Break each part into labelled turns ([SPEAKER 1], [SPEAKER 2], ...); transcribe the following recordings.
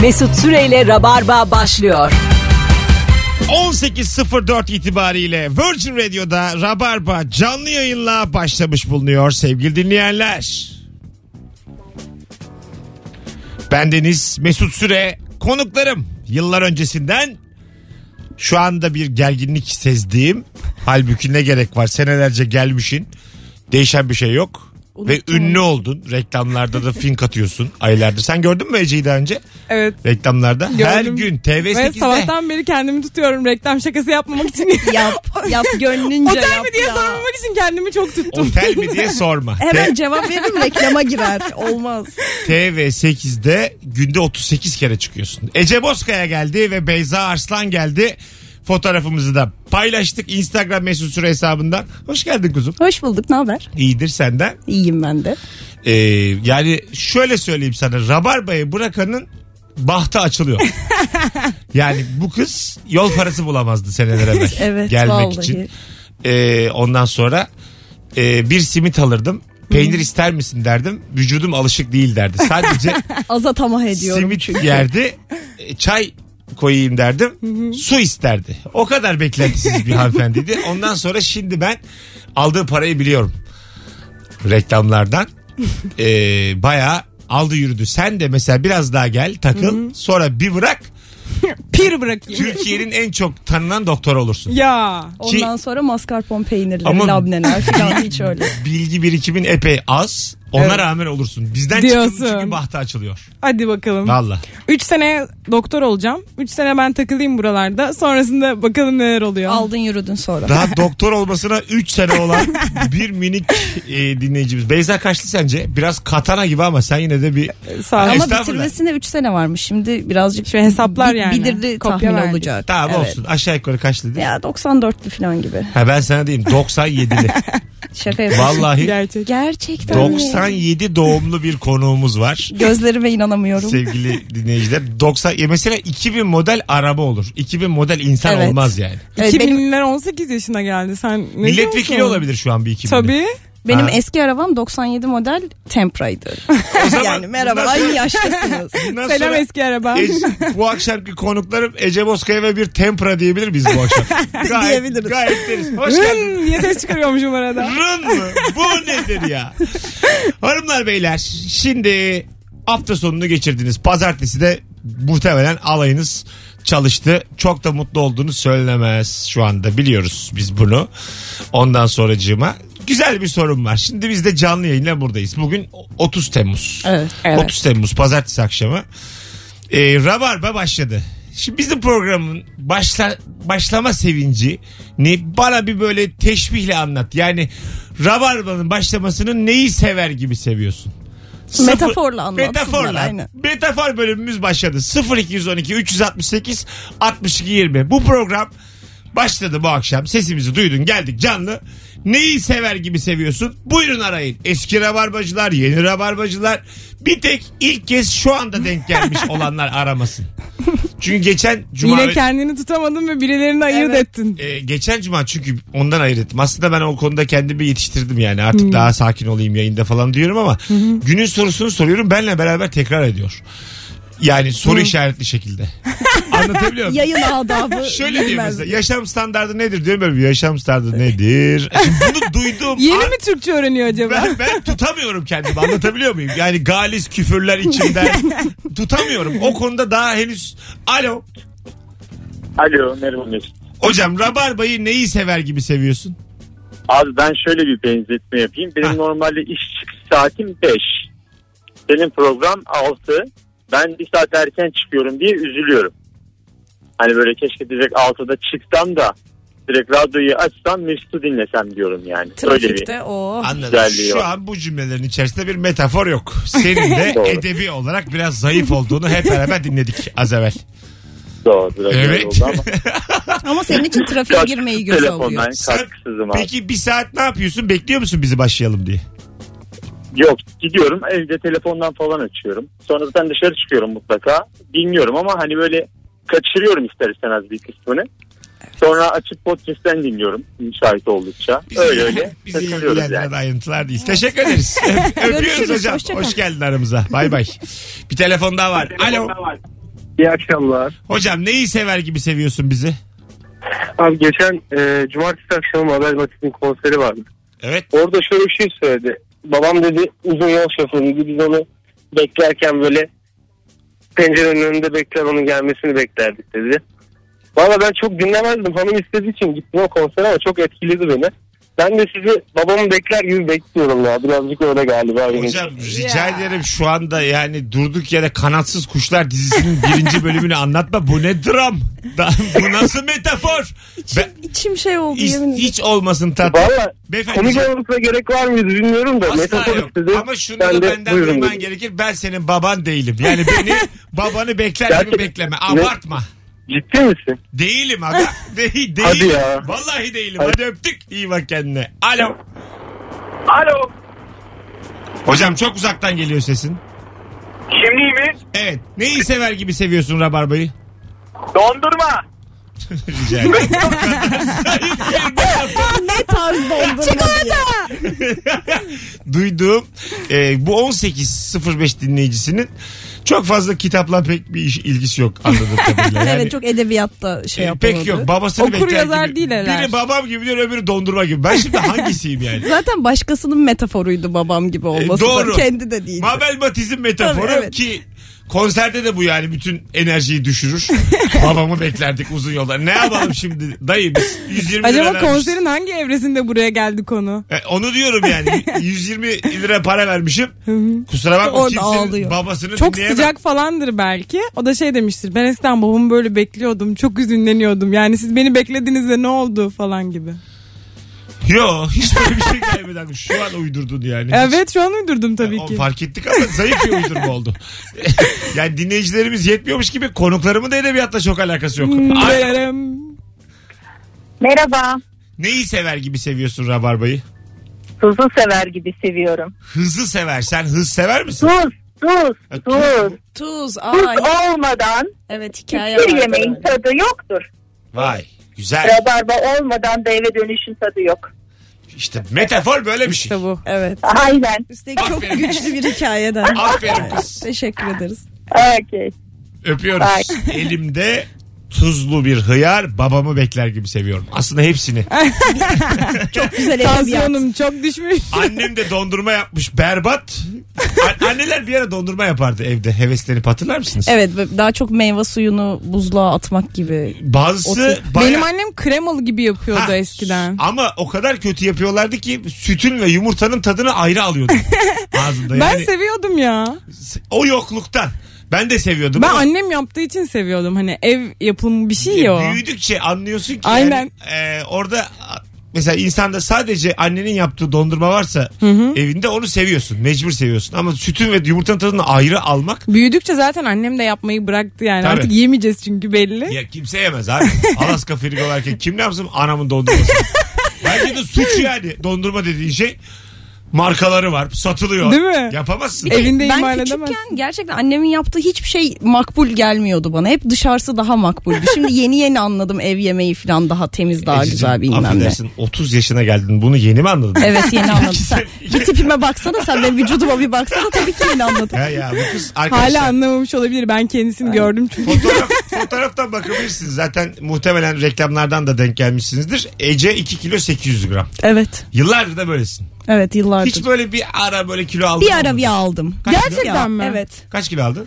[SPEAKER 1] Mesut Süreyle Rabarba başlıyor.
[SPEAKER 2] 18.04 itibariyle Virgin Radio'da Rabarba canlı yayınla başlamış bulunuyor sevgili dinleyenler. Bendeniz Mesut Süre konuklarım yıllar öncesinden şu anda bir gerginlik sezdiğim halbuki ne gerek var senelerce gelmişin değişen bir şey yok. Ve ünlü oldun. Reklamlarda da fink atıyorsun aylardır. Sen gördün mü Ece'yi daha önce?
[SPEAKER 3] Evet.
[SPEAKER 2] Reklamlarda. Her
[SPEAKER 3] Gördüm.
[SPEAKER 2] gün
[SPEAKER 3] Ve
[SPEAKER 2] TV8'de.
[SPEAKER 3] sabahtan beri kendimi tutuyorum reklam şakası yapmamak için.
[SPEAKER 4] Yap, yap gönlünce
[SPEAKER 3] Otel
[SPEAKER 4] yap
[SPEAKER 3] mi diye
[SPEAKER 4] ya.
[SPEAKER 3] sormamak için kendimi çok tuttum.
[SPEAKER 2] Otel mi diye sorma.
[SPEAKER 4] Hemen
[SPEAKER 2] Te-
[SPEAKER 4] cevap veririm reklama girer. Olmaz.
[SPEAKER 2] TV8'de günde 38 kere çıkıyorsun. Ece Bozkaya geldi ve Beyza Arslan geldi. Fotoğrafımızı da paylaştık Instagram mesut süre hesabından. Hoş geldin kuzum.
[SPEAKER 4] Hoş bulduk. Ne haber?
[SPEAKER 2] İyidir senden.
[SPEAKER 4] İyiyim ben de.
[SPEAKER 2] Ee, yani şöyle söyleyeyim sana. Rabarbayı bırakanın bahtı açılıyor. yani bu kız yol parası bulamazdı seneler evvel.
[SPEAKER 4] Evet,
[SPEAKER 2] gelmek
[SPEAKER 4] vallahi.
[SPEAKER 2] için. Ee, ondan sonra e, bir simit alırdım. Peynir ister misin derdim. Vücudum alışık değil derdi. Sadece
[SPEAKER 4] Azatamah ediyorum
[SPEAKER 2] simit
[SPEAKER 4] çünkü.
[SPEAKER 2] yerdi. e, Çay koyayım derdim. Su isterdi. O kadar beklentisiz bir hanımefendiydi. Ondan sonra şimdi ben aldığı parayı biliyorum. Reklamlardan. E, bayağı aldı yürüdü. Sen de mesela biraz daha gel takıl. sonra bir bırak.
[SPEAKER 3] Pir bırakayım.
[SPEAKER 2] Türkiye'nin en çok tanınan doktor olursun.
[SPEAKER 3] ya.
[SPEAKER 4] Ondan sonra mascarpone peynirleri,
[SPEAKER 2] Ama-
[SPEAKER 4] labneler falan hiç öyle.
[SPEAKER 2] Bilgi birikimin epey az. Ona
[SPEAKER 3] Evet.
[SPEAKER 2] rağmen olursun. Bizden
[SPEAKER 3] Diyorsun.
[SPEAKER 2] çıkın çünkü bahtı açılıyor.
[SPEAKER 3] Hadi bakalım.
[SPEAKER 2] Valla.
[SPEAKER 3] 3 sene doktor olacağım. 3 sene ben takılayım buralarda. Sonrasında bakalım neler oluyor.
[SPEAKER 4] Aldın yürüdün sonra.
[SPEAKER 2] Daha doktor olmasına 3 sene olan bir minik e, dinleyicimiz. Beyza kaçlı sence? Biraz katana gibi ama sen yine de bir...
[SPEAKER 3] Sağ ol.
[SPEAKER 2] Ay,
[SPEAKER 4] Ama
[SPEAKER 2] Estağfurullah.
[SPEAKER 4] bitirmesine 3 sene varmış. Şimdi birazcık
[SPEAKER 3] Şöyle hesaplar
[SPEAKER 4] bi-
[SPEAKER 3] yani.
[SPEAKER 4] Bidirdi
[SPEAKER 3] Kopya
[SPEAKER 4] tahmin
[SPEAKER 3] verdik.
[SPEAKER 4] olacak.
[SPEAKER 2] Tamam
[SPEAKER 4] Evet.
[SPEAKER 2] olsun aşağı yukarı kaçlı değil.
[SPEAKER 4] Ya 94'lü falan gibi.
[SPEAKER 2] Ha ben sana diyeyim 97'li.
[SPEAKER 4] Şaka yapıyorum.
[SPEAKER 2] Vallahi
[SPEAKER 3] Gerçek.
[SPEAKER 4] Gerçekten.
[SPEAKER 2] 97 doğumlu bir konuğumuz var.
[SPEAKER 4] Gözlerime inanamıyorum.
[SPEAKER 2] Sevgili dinleyiciler 90 ya mesela 2000 model araba olur. 2000 model insan
[SPEAKER 4] Evet.
[SPEAKER 2] olmaz yani.
[SPEAKER 4] Evet,
[SPEAKER 3] 2000'ler
[SPEAKER 4] Ee, benim
[SPEAKER 3] 18 yaşına geldi. Sen ne
[SPEAKER 2] Milletvekili
[SPEAKER 3] diyorsun?
[SPEAKER 2] olabilir şu an bir 2000.
[SPEAKER 3] Tabii.
[SPEAKER 4] benim
[SPEAKER 2] Ha.
[SPEAKER 4] eski arabam 97 model Tempra'ydı. yani merhaba
[SPEAKER 2] nasıl-
[SPEAKER 4] aynı yaştasınız.
[SPEAKER 2] Bundan
[SPEAKER 3] Selam
[SPEAKER 2] sonra-
[SPEAKER 3] eski araba.
[SPEAKER 2] Ece- bu akşamki konuklarım Ece Bozkaya ve bir tempra diyebilir miyiz bu akşam? Gayet,
[SPEAKER 4] Diyebiliriz.
[SPEAKER 2] Gayet deriz. Hoş geldin.
[SPEAKER 3] Hın diye ses çıkarıyormuşum arada.
[SPEAKER 2] Rın mı? Bu nedir ya? Hanımlar beyler şimdi hafta sonunu geçirdiniz. Pazartesi de muhtemelen alayınız çalıştı. Çok da mutlu olduğunu söylemez şu anda biliyoruz biz bunu. Ondan sonracığıma güzel bir sorun var. Şimdi biz de canlı yayınla buradayız. Bugün 30 Temmuz.
[SPEAKER 4] Evet.
[SPEAKER 2] 30 Temmuz pazartesi akşamı. E, Rabarba başladı. Şimdi bizim programın başla, başlama sevinci ne bana bir böyle teşbihle anlat. Yani Rabarba'nın başlamasını neyi sever gibi seviyorsun? Sıfır-
[SPEAKER 4] Metaforla anlatsınlar,
[SPEAKER 2] Metaforla.
[SPEAKER 4] aynen.
[SPEAKER 2] Metafor bölümümüz başladı. 0212 368 62 20. Bu program başladı bu akşam. Sesimizi duydun geldik canlı. Neyi sever gibi seviyorsun? Buyurun arayın. Eski rabarbacılar, yeni rabarbacılar. Bir tek ilk kez şu anda denk gelmiş olanlar aramasın. Çünkü geçen cuma
[SPEAKER 3] Yine kendini tutamadın ve birilerini ayırt
[SPEAKER 4] Evet.
[SPEAKER 3] ettin.
[SPEAKER 2] e, geçen cuma çünkü ondan ayırdım. Aslında ben o konuda kendimi yetiştirdim yani. Artık daha sakin olayım yayında falan diyorum ama günün sorusunu soruyorum benle beraber tekrar ediyor. Yani soru işaretli şekilde. Anlatabiliyor muyum?
[SPEAKER 4] Yayın adabı.
[SPEAKER 2] Şöyle diyor
[SPEAKER 4] bilmez.
[SPEAKER 2] mesela yaşam standardı nedir diyorum böyle bir yaşam standardı nedir? Şimdi bunu duyduğum
[SPEAKER 3] Yeni
[SPEAKER 2] an
[SPEAKER 3] mi Türkçe öğreniyor acaba?
[SPEAKER 2] ben, ben tutamıyorum kendimi anlatabiliyor muyum? Yani galis küfürler içimden tutamıyorum. O konuda daha henüz alo
[SPEAKER 5] Alo merhaba Mesut.
[SPEAKER 2] hocam rabarbayı neyi sever gibi seviyorsun?
[SPEAKER 5] Abi ben şöyle bir benzetme yapayım. Benim
[SPEAKER 2] Heh.
[SPEAKER 5] normalde iş çıkış saatim 5. Benim program 6. Ben bir saat erken çıkıyorum diye üzülüyorum. Hani böyle keşke direkt 6'da çıksam da direkt radyoyu açsam Mesut'u dinlesem diyorum yani. Öyle bir.
[SPEAKER 4] Trafikte o.
[SPEAKER 3] Oh.
[SPEAKER 2] Anladım.
[SPEAKER 5] Güzelliği
[SPEAKER 2] Şu
[SPEAKER 5] var.
[SPEAKER 2] an bu cümlelerin içerisinde bir metafor yok. Senin de
[SPEAKER 5] Doğru.
[SPEAKER 2] edebi olarak biraz zayıf olduğunu hep beraber dinledik az evvel.
[SPEAKER 5] Doğru. biraz öyle
[SPEAKER 2] Evet.
[SPEAKER 5] oldu ama.
[SPEAKER 4] Ama senin için trafiğe girmeyi göze alıyor.
[SPEAKER 5] Telefondan katkısızım abi.
[SPEAKER 2] Peki bir saat ne yapıyorsun? Bekliyor musun bizi başlayalım diye?
[SPEAKER 5] Yok gidiyorum evde telefondan falan açıyorum. Sonra zaten dışarı çıkıyorum mutlaka. Dinliyorum ama hani böyle kaçırıyorum ister istemez bir kısmını. Sonra açıp podcast'ten dinliyorum müsait oldukça.
[SPEAKER 2] Bizi,
[SPEAKER 5] Öyle öyle
[SPEAKER 2] Bizi
[SPEAKER 5] takılıyoruz
[SPEAKER 2] ilgilendiren
[SPEAKER 5] yani.
[SPEAKER 2] ayrıntılar değil. Teşekkür ederiz. Öpüyoruz
[SPEAKER 4] Görüşürüz,
[SPEAKER 2] hocam.
[SPEAKER 4] hoşça kal.
[SPEAKER 2] Hoş geldin aramıza. Bay bay. Bir telefon daha var. Alo.
[SPEAKER 6] İyi akşamlar.
[SPEAKER 2] Hocam neyi sever gibi seviyorsun bizi?
[SPEAKER 6] Abi geçen e, cumartesi akşamı Mabel Matiz'in konseri vardı.
[SPEAKER 2] Evet.
[SPEAKER 6] Orada şöyle bir şey söyledi. Babam dedi uzun yol şoförüydü. Biz onu beklerken böyle pencerenin önünde bekler onun gelmesini beklerdik dedi. Valla ben çok dinlemezdim. Hanım istediği için gittim o konsere ama çok etkiledi beni. Ben de sizi babamı bekler gibi bekliyorum ya. Birazcık öyle galiba. benim.
[SPEAKER 2] Hocam rica ederim şu anda yani durduk yere Kanatsız Kuşlar dizisinin birinci bölümünü anlatma. Bu ne dram? Da- Bu nasıl metafor? Be-
[SPEAKER 4] İçim şey oldu
[SPEAKER 2] hiç,
[SPEAKER 4] yemin ederim.
[SPEAKER 2] hiç olmasın tatlı.
[SPEAKER 6] Valla
[SPEAKER 2] Beyefendi
[SPEAKER 6] komik olmasına gerek var mıydı bilmiyorum da.
[SPEAKER 2] Asla
[SPEAKER 6] metaforik
[SPEAKER 2] yok.
[SPEAKER 6] sizi
[SPEAKER 2] Ama şunu
[SPEAKER 6] ben
[SPEAKER 2] da
[SPEAKER 6] de
[SPEAKER 2] benden
[SPEAKER 6] buyurun
[SPEAKER 2] duyman
[SPEAKER 6] dedim.
[SPEAKER 2] gerekir. Ben senin baban değilim. Yani beni babanı bekler gibi
[SPEAKER 6] Gerçekten-
[SPEAKER 2] bekleme.
[SPEAKER 6] Ne-
[SPEAKER 2] Abartma.
[SPEAKER 6] Ciddi misin?
[SPEAKER 2] Değilim aga. De- değilim.
[SPEAKER 6] Hadi ya.
[SPEAKER 2] Vallahi değilim.
[SPEAKER 6] Hadi.
[SPEAKER 2] Hadi öptük. İyi bak kendine. Alo.
[SPEAKER 7] Alo.
[SPEAKER 2] Hocam çok uzaktan geliyor sesin.
[SPEAKER 7] Şimdi iyi mi?
[SPEAKER 2] Evet. Neyi sever gibi seviyorsun Rabarba'yı?
[SPEAKER 7] Dondurma.
[SPEAKER 2] Rica ederim.
[SPEAKER 4] Ne tarz dondurma Çikolata.
[SPEAKER 2] Duyduğum e, bu 18.05 dinleyicisinin çok fazla kitapla pek bir iş, ilgisi yok anladığım kadarıyla. Yani,
[SPEAKER 4] Evet çok edebiyatta şey
[SPEAKER 2] e,
[SPEAKER 4] yapıldı.
[SPEAKER 2] pek yok. Babasını
[SPEAKER 3] Okur
[SPEAKER 2] bekler
[SPEAKER 3] yazar
[SPEAKER 2] gibi.
[SPEAKER 3] değil herhalde.
[SPEAKER 2] Biri babam gibi diyor öbürü dondurma gibi. Ben şimdi hangisiyim yani?
[SPEAKER 4] Zaten başkasının metaforuydu babam gibi olması.
[SPEAKER 2] E, doğru.
[SPEAKER 4] Da. Kendi de değil.
[SPEAKER 2] Mabel Matiz'in metaforu
[SPEAKER 4] Tabii, evet.
[SPEAKER 2] ki konserde de bu yani bütün enerjiyi düşürür. Babamı beklerdik uzun yolda. Ne yapalım şimdi dayı biz 120 lira
[SPEAKER 3] Acaba
[SPEAKER 2] vermişiz.
[SPEAKER 3] konserin hangi evresinde buraya geldi konu?
[SPEAKER 2] E, onu diyorum yani 120 lira para vermişim. Kusura bakma
[SPEAKER 4] Orada
[SPEAKER 2] kimsenin
[SPEAKER 4] ağlıyor.
[SPEAKER 2] babasını
[SPEAKER 3] Çok
[SPEAKER 2] dinleyemem.
[SPEAKER 3] sıcak falandır belki. O da şey demiştir. Ben eskiden babamı böyle bekliyordum. Çok üzünleniyordum. Yani siz beni beklediniz de ne oldu falan gibi.
[SPEAKER 2] Yo hiç böyle bir şey gelmedi. aklıma. Şu an uydurdun yani.
[SPEAKER 3] Evet şu an uydurdum tabii
[SPEAKER 2] O
[SPEAKER 3] ki.
[SPEAKER 2] fark ettik ama zayıf bir uydurma oldu. yani dinleyicilerimiz yetmiyormuş gibi konuklarımın da edebiyatla çok alakası yok.
[SPEAKER 3] Hmm.
[SPEAKER 2] Ay,
[SPEAKER 3] Dırırım.
[SPEAKER 8] Merhaba.
[SPEAKER 2] neyi sever gibi seviyorsun Rabarba'yı?
[SPEAKER 8] Tuzu sever gibi seviyorum.
[SPEAKER 2] Hızı sever. Sen hız sever misin?
[SPEAKER 8] Tuz, tuz,
[SPEAKER 2] Ha, tuz.
[SPEAKER 8] tuz.
[SPEAKER 4] Tuz.
[SPEAKER 8] Tuz
[SPEAKER 4] Ay.
[SPEAKER 8] olmadan
[SPEAKER 4] Evet hikaye
[SPEAKER 8] hiçbir
[SPEAKER 4] vardı
[SPEAKER 8] yemeğin
[SPEAKER 4] öyle.
[SPEAKER 8] tadı yoktur.
[SPEAKER 2] Vay. Güzel.
[SPEAKER 8] Rabarba olmadan da eve dönüşün tadı yok.
[SPEAKER 2] İşte metafor böyle bir şey.
[SPEAKER 3] İşte bu.
[SPEAKER 4] Evet.
[SPEAKER 8] Aynen.
[SPEAKER 4] Üstelik çok güçlü bir hikayeden.
[SPEAKER 2] Aferin kız.
[SPEAKER 4] Teşekkür ederiz.
[SPEAKER 8] Okey. Ay.
[SPEAKER 2] Öpüyoruz. Elimde tuzlu bir hıyar babamı bekler gibi seviyorum. Aslında hepsini.
[SPEAKER 4] Güzel edebiyat.
[SPEAKER 3] Tansiyonum çok düşmüş.
[SPEAKER 2] Annem de dondurma yapmış berbat. A- anneler bir ara dondurma yapardı evde. Heveslenip hatırlar mısınız?
[SPEAKER 4] Evet ve daha çok meyve suyunu buzluğa atmak gibi.
[SPEAKER 2] Bazısı bayağı-
[SPEAKER 3] Benim annem kremalı gibi yapıyordu
[SPEAKER 2] Ha,
[SPEAKER 3] eskiden.
[SPEAKER 2] Ama o kadar kötü yapıyorlardı ki sütün ve yumurtanın tadını ayrı alıyordum ağzımda.
[SPEAKER 3] Ben
[SPEAKER 2] Yani
[SPEAKER 3] seviyordum ya.
[SPEAKER 2] o yokluktan. Ben de seviyordum.
[SPEAKER 3] Ben
[SPEAKER 2] ama-
[SPEAKER 3] annem yaptığı için seviyordum. Hani ev yapımı bir şey ya o.
[SPEAKER 2] Ya Büyüdükçe anlıyorsun ki
[SPEAKER 3] Aynen.
[SPEAKER 2] yani, e, orada a- mesela insanda sadece annenin yaptığı dondurma varsa evinde onu seviyorsun. Mecbur seviyorsun. Ama sütün ve yumurtanın tadını ayrı almak
[SPEAKER 3] Büyüdükçe zaten annem de yapmayı bıraktı yani.
[SPEAKER 2] Tabii.
[SPEAKER 3] Artık yemeyeceğiz çünkü belli.
[SPEAKER 2] ya kimse yemez abi. Alaska frigo varken kim ne yapsın anamın dondurması. Bence de suç yani dondurma dediğin şey. Markaları var satılıyor.
[SPEAKER 3] Değil mi?
[SPEAKER 2] Yapamazsın. E,
[SPEAKER 3] Evinde
[SPEAKER 4] ben
[SPEAKER 3] imal
[SPEAKER 4] küçükken
[SPEAKER 3] edemez.
[SPEAKER 4] gerçekten annemin yaptığı hiçbir şey makbul gelmiyordu bana. Hep dışarısı daha makbuldü. Şimdi yeni yeni anladım ev yemeği falan daha temiz daha
[SPEAKER 2] Ececiğim,
[SPEAKER 4] güzel bilmem ne.
[SPEAKER 2] affedersin, 30 yaşına geldin bunu yeni mi anladın?
[SPEAKER 4] Evet yeni anladım. Sen bir tipime baksana sen benim vücuduma bir baksana tabii ki yeni anladım.
[SPEAKER 2] Ya ya bu kız arkadaşlar.
[SPEAKER 3] Hala anlamamış olabilir. Ben kendisini gördüm çünkü.
[SPEAKER 2] Fotoğraf, fotoğraftan bakabilirsiniz. Zaten muhtemelen reklamlardan da denk gelmişsinizdir. Ece 2 kilo 800 gram.
[SPEAKER 4] Evet.
[SPEAKER 2] Yıllardır da böylesin.
[SPEAKER 4] Evet yıllardır.
[SPEAKER 2] Hiç böyle bir ara böyle kilo aldın.
[SPEAKER 4] bir
[SPEAKER 2] mı?
[SPEAKER 4] ara bir aldım.
[SPEAKER 2] Kaç kilo?
[SPEAKER 3] Gerçekten mi?
[SPEAKER 4] Evet.
[SPEAKER 2] Kaç kilo aldın?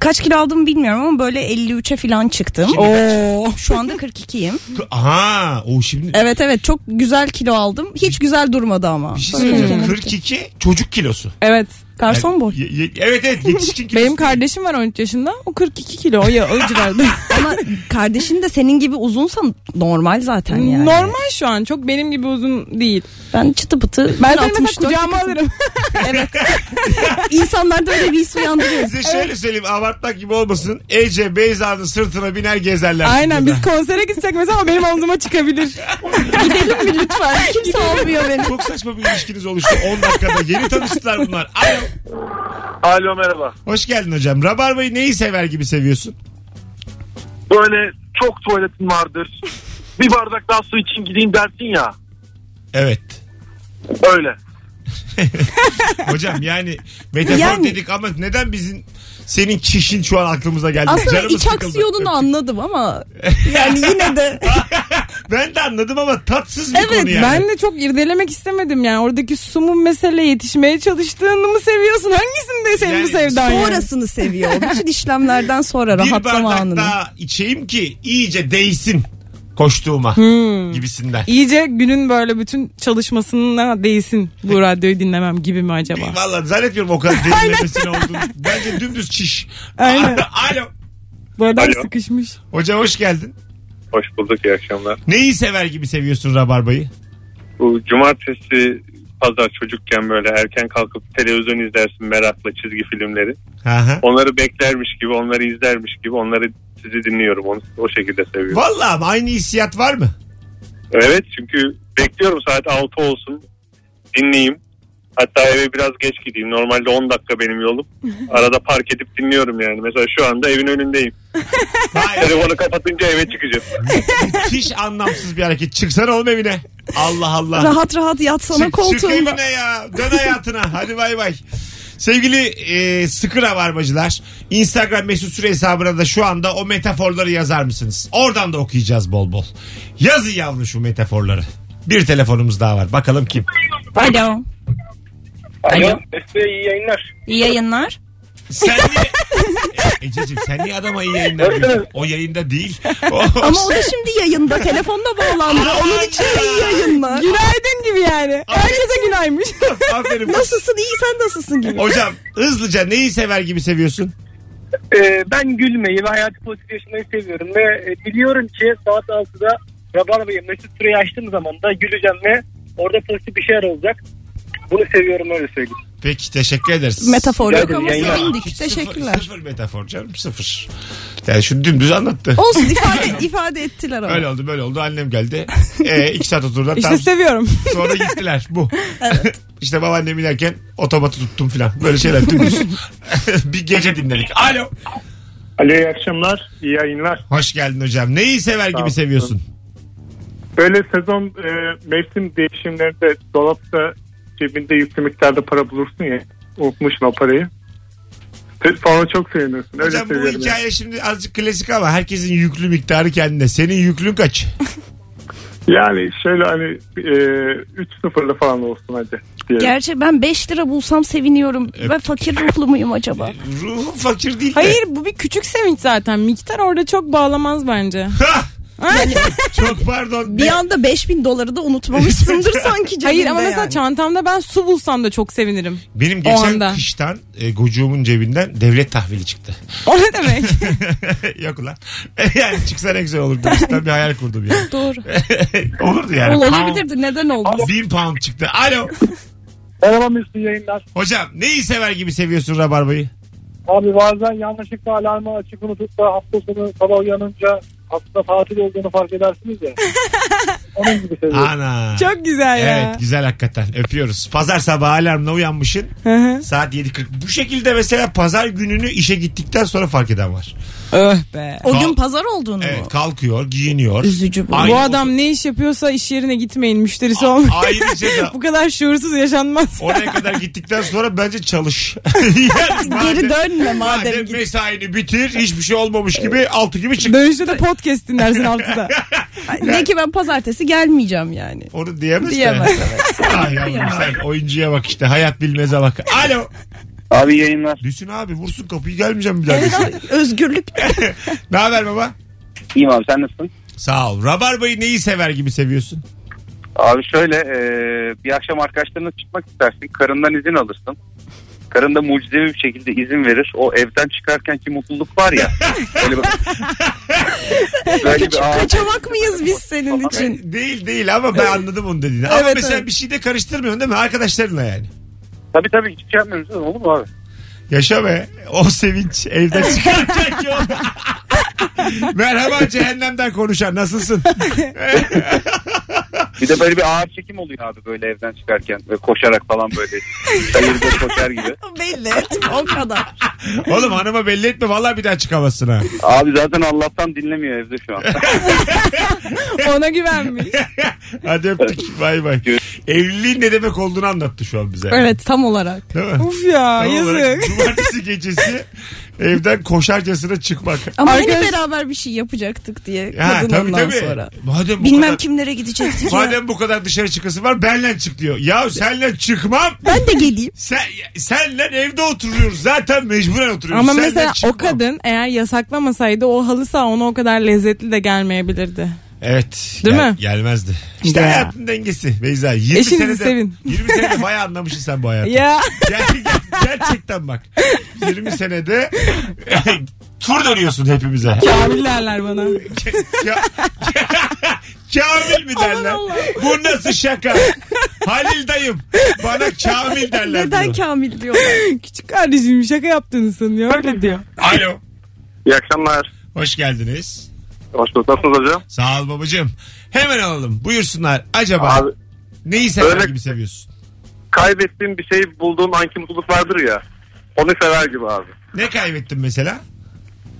[SPEAKER 4] Kaç kilo aldım bilmiyorum ama böyle 53'e falan çıktım. Oo. Şu anda 42'yim.
[SPEAKER 2] Aha o şimdi
[SPEAKER 4] Evet evet çok güzel kilo aldım. Hiç güzel durmadı ama.
[SPEAKER 2] bir şey söyleyeceğim. 42 çocuk kilosu.
[SPEAKER 3] Evet.
[SPEAKER 4] Garson boy.
[SPEAKER 2] Ye- ye- evet evet yetişkin kilosu.
[SPEAKER 3] Benim kardeşim var 13 yaşında. O 42 kilo. O, ya, o civarda.
[SPEAKER 4] Ama kardeşin de senin gibi uzunsa normal zaten Hani yani.
[SPEAKER 3] Normal şu an. Çok benim gibi uzun değil.
[SPEAKER 4] Ben çıtı pıtı.
[SPEAKER 3] Ben seni
[SPEAKER 4] 64
[SPEAKER 3] mesela kucağıma
[SPEAKER 4] yakasım.
[SPEAKER 3] alırım.
[SPEAKER 4] Evet. İnsanlarda öyle bir his uyandırıyor.
[SPEAKER 2] Size şöyle söyleyeyim abartmak gibi olmasın. Ece Beyza'nın sırtına biner gezerler.
[SPEAKER 3] Aynen
[SPEAKER 2] stüdyoda.
[SPEAKER 3] biz konsere gitsek mesela o benim omzuma çıkabilir.
[SPEAKER 4] Gidelim mi lütfen? Kimse almıyor beni.
[SPEAKER 2] Çok saçma bir ilişkiniz oluştu 10 dakikada. Yeni tanıştılar bunlar. Alo.
[SPEAKER 6] Alo merhaba.
[SPEAKER 2] Hoş geldin hocam. Rabarba'yı neyi sever gibi seviyorsun?
[SPEAKER 6] Böyle çok tuvaletin vardır. bir bardak daha su için gideyim dersin ya.
[SPEAKER 2] Evet.
[SPEAKER 6] Öyle.
[SPEAKER 2] Hocam yani metafor
[SPEAKER 4] Yani-
[SPEAKER 2] dedik ama neden bizim Senin kişin şu an aklımıza geldi.
[SPEAKER 4] Aslında
[SPEAKER 2] Canımız
[SPEAKER 4] iç
[SPEAKER 2] sıkıldı.
[SPEAKER 4] aksiyonunu anladım ama yani yine de
[SPEAKER 2] Ben de anladım ama tatsız bir
[SPEAKER 4] Evet,
[SPEAKER 2] konu yani.
[SPEAKER 3] Ben de çok irdelemek istemedim yani. Oradaki sumun mesele yetişmeye çalıştığını mı seviyorsun? Hangisini de senin
[SPEAKER 2] Yani
[SPEAKER 3] bu sevdan yani?
[SPEAKER 4] sonrasını seviyor. Bütün işlemlerden sonra
[SPEAKER 2] bir
[SPEAKER 4] rahatlama
[SPEAKER 2] bardak
[SPEAKER 4] anını.
[SPEAKER 2] daha içeyim ki iyice değsin koştuğuma
[SPEAKER 4] Hmm.
[SPEAKER 2] gibisinden.
[SPEAKER 3] İyice günün böyle bütün çalışmasına değsin bu radyoyu dinlemem gibi mi acaba?
[SPEAKER 2] Vallahi zannetmiyorum o kadar derinlemesine olduğunu. Bence dümdüz çiş.
[SPEAKER 3] Aynen.
[SPEAKER 2] Alo.
[SPEAKER 3] Bardak
[SPEAKER 5] Alo.
[SPEAKER 3] sıkışmış.
[SPEAKER 2] Hocam hoş geldin.
[SPEAKER 5] Hoş bulduk iyi akşamlar.
[SPEAKER 2] Neyi sever gibi seviyorsun rabarbayı?
[SPEAKER 5] Bu cumartesi pazar çocukken böyle erken kalkıp televizyon izlersin merakla çizgi filmleri.
[SPEAKER 2] Aha.
[SPEAKER 5] Onları beklermiş gibi, onları izlermiş gibi, onları sizi dinliyorum. Onu o şekilde seviyorum.
[SPEAKER 2] Vallahi ama aynı hissiyat var mı?
[SPEAKER 5] Evet çünkü bekliyorum saat 6 olsun. Dinleyeyim. Hatta eve biraz geç gideyim. Normalde 10 dakika benim yolum. Arada park edip dinliyorum yani. Mesela şu anda evin önündeyim.
[SPEAKER 2] Hayır.
[SPEAKER 5] Telefonu kapatınca eve çıkacağım.
[SPEAKER 2] Hiç anlamsız bir hareket. Çıksana oğlum evine. Allah Allah.
[SPEAKER 4] Rahat rahat yatsana
[SPEAKER 2] Çık- Çık
[SPEAKER 4] koltuğunda.
[SPEAKER 2] evine ya. Dön hayatına. Hadi bay bay. Sevgili e, sıkı rabarbacılar Instagram mesut süre hesabına da şu anda o metaforları yazar mısınız? Oradan da okuyacağız bol bol. Yazın yavrum şu metaforları. Bir telefonumuz daha var. Bakalım kim?
[SPEAKER 4] Alo. Alo.
[SPEAKER 7] Mesut'a iyi yayınlar.
[SPEAKER 4] İyi yayınlar.
[SPEAKER 2] Sen niye... E, Ececiğim sen niye adama iyi yayınlar diyorsun? O yayında değil. O-
[SPEAKER 4] Ama o da şimdi yayında. Telefonda bağlandı. Onun için de iyi yayınlar.
[SPEAKER 3] Günaydın gibi yani. Herkese günaymış.
[SPEAKER 2] Aferin.
[SPEAKER 4] Nasılsın? iyi sen nasılsın gibi.
[SPEAKER 2] Hocam hızlıca neyi sever gibi seviyorsun?
[SPEAKER 7] Ee, ben gülmeyi ve hayatı pozitif yaşamayı seviyorum ve e, biliyorum ki saat 6'da Rabarba'yı Mesut Süre'yi açtığım zaman da güleceğim ve orada pozitif bir şeyler olacak. Bunu seviyorum öyle söyleyeyim.
[SPEAKER 2] Peki teşekkür ederiz.
[SPEAKER 4] Metafor yok ama
[SPEAKER 7] Yayınlar.
[SPEAKER 4] sevindik.
[SPEAKER 2] Hiç sıfır-
[SPEAKER 4] Teşekkürler.
[SPEAKER 2] Sıfır metafor canım sıfır. Yani şu dümdüz anlattı.
[SPEAKER 4] Olsun ifade ifade ettiler ama.
[SPEAKER 2] Öyle oldu böyle oldu annem geldi. Ee, iki saat oturdular.
[SPEAKER 3] işte
[SPEAKER 2] Tam
[SPEAKER 3] seviyorum.
[SPEAKER 2] sonra gittiler bu. işte babaannem inerken otomatı tuttum filan. Böyle şeyler dümdüz. bir gece dinledik. Alo.
[SPEAKER 7] Alo iyi akşamlar, iyi yayınlar.
[SPEAKER 2] Hoş geldin hocam. Neyi sever gibi
[SPEAKER 7] olun.
[SPEAKER 2] seviyorsun?
[SPEAKER 7] Böyle sezon e, mevsim değişimlerinde dolapta cebinde yüklü miktarda para bulursun ya. Unutmuşsun o parayı. Sonra çok seviniyorsun. Öyle
[SPEAKER 2] Hocam bu
[SPEAKER 7] seviyorum. yani.
[SPEAKER 2] hikaye şimdi azıcık klasik ama herkesin yüklü miktarı kendine. Senin yüklün kaç?
[SPEAKER 7] Yani şöyle hani e, 3-0'lı falan olsun hadi. diyelim.
[SPEAKER 4] Gerçi ben 5 lira bulsam seviniyorum. Ben fakir ruhlu muyum acaba?
[SPEAKER 2] Ruhun fakir değil de.
[SPEAKER 3] Hayır bu bir küçük sevinç zaten. Miktar orada çok bağlamaz bence.
[SPEAKER 2] Hah!
[SPEAKER 3] Ay.
[SPEAKER 2] Çok pardon.
[SPEAKER 4] Bir anda 5000 doları da unutmamışsındır sanki cebinde
[SPEAKER 3] Hayır ama mesela
[SPEAKER 4] yani.
[SPEAKER 3] çantamda ben su bulsam da çok sevinirim.
[SPEAKER 2] Benim
[SPEAKER 3] O
[SPEAKER 2] geçen
[SPEAKER 3] anda.
[SPEAKER 2] kıştan e, gocuğumun cebinden devlet tahvili çıktı.
[SPEAKER 3] O ne demek?
[SPEAKER 2] Yok ulan. yani çıksa ne güzel olurdu. Ben bir hayal kurdum yani.
[SPEAKER 4] Doğru.
[SPEAKER 2] Olurdu yani.
[SPEAKER 4] Olabilirdi neden oldu?
[SPEAKER 2] Pound, bin pound çıktı. Alo.
[SPEAKER 7] Merhaba Mesut yayınlar.
[SPEAKER 2] Hocam neyi sever gibi seviyorsun rabarbayı?
[SPEAKER 7] Abi bazen yanlışlıkla alarmı açık unutup da hafta sonu sabah uyanınca aslında tatil olduğunu fark edersiniz ya. Onun gibi seviyorum.
[SPEAKER 2] Ana.
[SPEAKER 3] çok güzel ya.
[SPEAKER 2] Evet güzel hakikaten öpüyoruz. Pazar sabahı alarmla uyanmışsın.
[SPEAKER 3] Hı hı.
[SPEAKER 2] Saat 7.40. Bu şekilde mesela pazar gününü işe gittikten sonra fark eden var.
[SPEAKER 3] Öh be.
[SPEAKER 4] O gün
[SPEAKER 2] Kal-
[SPEAKER 4] pazar olduğunu mu?
[SPEAKER 2] Evet kalkıyor giyiniyor.
[SPEAKER 4] Üzücü bu.
[SPEAKER 2] Aynı
[SPEAKER 3] Bu adam ne iş yapıyorsa iş yerine gitmeyin. Müşterisi
[SPEAKER 2] A-
[SPEAKER 3] olmayın.
[SPEAKER 2] ayrıca da-
[SPEAKER 3] bu kadar şuursuz yaşanmaz.
[SPEAKER 2] Oraya kadar gittikten sonra bence çalış. Yani madem-
[SPEAKER 4] Geri dönme madem.
[SPEAKER 2] Madem
[SPEAKER 4] git.
[SPEAKER 2] mesaini bitir hiçbir şey olmamış gibi altı gibi çık.
[SPEAKER 3] Dönüşte de podcast dinlersin altıda.
[SPEAKER 4] Ne ki ben pazartesi gelmeyeceğim yani.
[SPEAKER 2] Onu diyemez de.
[SPEAKER 4] Diyemez,
[SPEAKER 2] Ay yavrum sen oyuncuya bak işte hayat bilmeze bak. Alo.
[SPEAKER 6] Abi yayınlar.
[SPEAKER 2] Düşün abi vursun kapıyı gelmeyeceğim bir daha. desin.
[SPEAKER 4] Özgürlük.
[SPEAKER 2] ne haber baba?
[SPEAKER 6] İyiyim abi sen nasılsın?
[SPEAKER 2] Sağ ol. Rabarbayı neyi sever gibi seviyorsun?
[SPEAKER 6] Abi şöyle e, bir akşam arkadaşlarına çıkmak istersin. Karından izin alırsın. Karın da mucizevi bir şekilde izin verir. O evden çıkarken ki mutluluk var ya. Böyle, bir- böyle bir ağır
[SPEAKER 4] Kaçamak mıyız biz senin için?
[SPEAKER 2] Değil değil ama ben anladım onu dediğini. ama
[SPEAKER 4] Evet,
[SPEAKER 2] mesela
[SPEAKER 4] evet.
[SPEAKER 2] bir şeyde karıştırmıyorsun değil mi? Arkadaşlarınla yani.
[SPEAKER 6] Tabii tabii hiçbir şey yapmıyoruz olur mu abi?
[SPEAKER 2] Yaşa be. O sevinç evden çıkarken ki o- Merhaba cehennemden konuşan nasılsın?
[SPEAKER 6] Bir de böyle bir ağır çekim oluyor abi böyle evden çıkarken. Böyle koşarak falan böyle. Hayırdır koşar gibi.
[SPEAKER 4] Belli et, o kadar.
[SPEAKER 2] Oğlum hanıma belli etme vallahi bir daha çıkamazsın ha.
[SPEAKER 6] Abi zaten Allah'tan dinlemiyor evde şu an.
[SPEAKER 3] Ona güvenmiş.
[SPEAKER 2] Hadi öptük. Bay bay. Evliliğin ne demek olduğunu anlattı şu an bize.
[SPEAKER 4] Evet tam olarak.
[SPEAKER 2] Değil mi?
[SPEAKER 3] Uf ya
[SPEAKER 2] Tam olarak
[SPEAKER 3] yazık.
[SPEAKER 2] Cumartesi gecesi evden koşarcasına çıkmak.
[SPEAKER 4] Ama
[SPEAKER 3] Arkadaş-
[SPEAKER 4] hani beraber bir şey yapacaktık diye
[SPEAKER 2] Ha,
[SPEAKER 4] kadın
[SPEAKER 2] tabii
[SPEAKER 4] ondan
[SPEAKER 2] tabii.
[SPEAKER 4] sonra.
[SPEAKER 2] Madem bu
[SPEAKER 4] Bilmem
[SPEAKER 2] kadar,
[SPEAKER 4] kimlere gidecektik ya.
[SPEAKER 2] madem bu kadar dışarı çıkası var benle çık diyor. Ya senle çıkmam.
[SPEAKER 4] Ben de geleyim.
[SPEAKER 2] Sen, senle evde oturuyoruz. Zaten mecburen oturuyoruz.
[SPEAKER 3] Ama
[SPEAKER 2] Senle
[SPEAKER 3] mesela o
[SPEAKER 2] çıkmam.
[SPEAKER 3] kadın eğer yasaklamasaydı o halı saha ona o kadar lezzetli de gelmeyebilirdi.
[SPEAKER 2] Evet.
[SPEAKER 3] Değil mi?
[SPEAKER 2] Gelmezdi. İşte
[SPEAKER 3] Ya.
[SPEAKER 2] hayatın dengesi Beyza. 20
[SPEAKER 3] Eşinizi
[SPEAKER 2] senede,
[SPEAKER 3] sevin.
[SPEAKER 2] 20 senede bayağı anlamışsın sen bu hayatı.
[SPEAKER 3] Ya
[SPEAKER 2] Ger- ger- gerçekten bak. 20 senede tur dönüyorsun hepimize.
[SPEAKER 3] Kamil derler bana.
[SPEAKER 2] Ka- Kamil mi derler? Bu nasıl şaka? Halil dayım. Bana Kamil derler.
[SPEAKER 4] Neden
[SPEAKER 2] diyor.
[SPEAKER 4] Kamil diyorlar?
[SPEAKER 3] Küçük kardeşim şaka yaptığını sanıyor öyle diyor.
[SPEAKER 2] Alo.
[SPEAKER 6] İyi akşamlar.
[SPEAKER 2] Hoş geldiniz.
[SPEAKER 6] Hoş bulduk. Nasılsınız hocam?
[SPEAKER 2] Sağ ol babacığım. Hemen alalım. Buyursunlar. Acaba
[SPEAKER 6] Abi,
[SPEAKER 2] neyi sever
[SPEAKER 6] öyle-
[SPEAKER 2] gibi seviyorsun?
[SPEAKER 6] kaybettiğim bir şey bulduğum anki mutluluk vardır ya. Onu sever gibi abi.
[SPEAKER 2] Ne kaybettin mesela?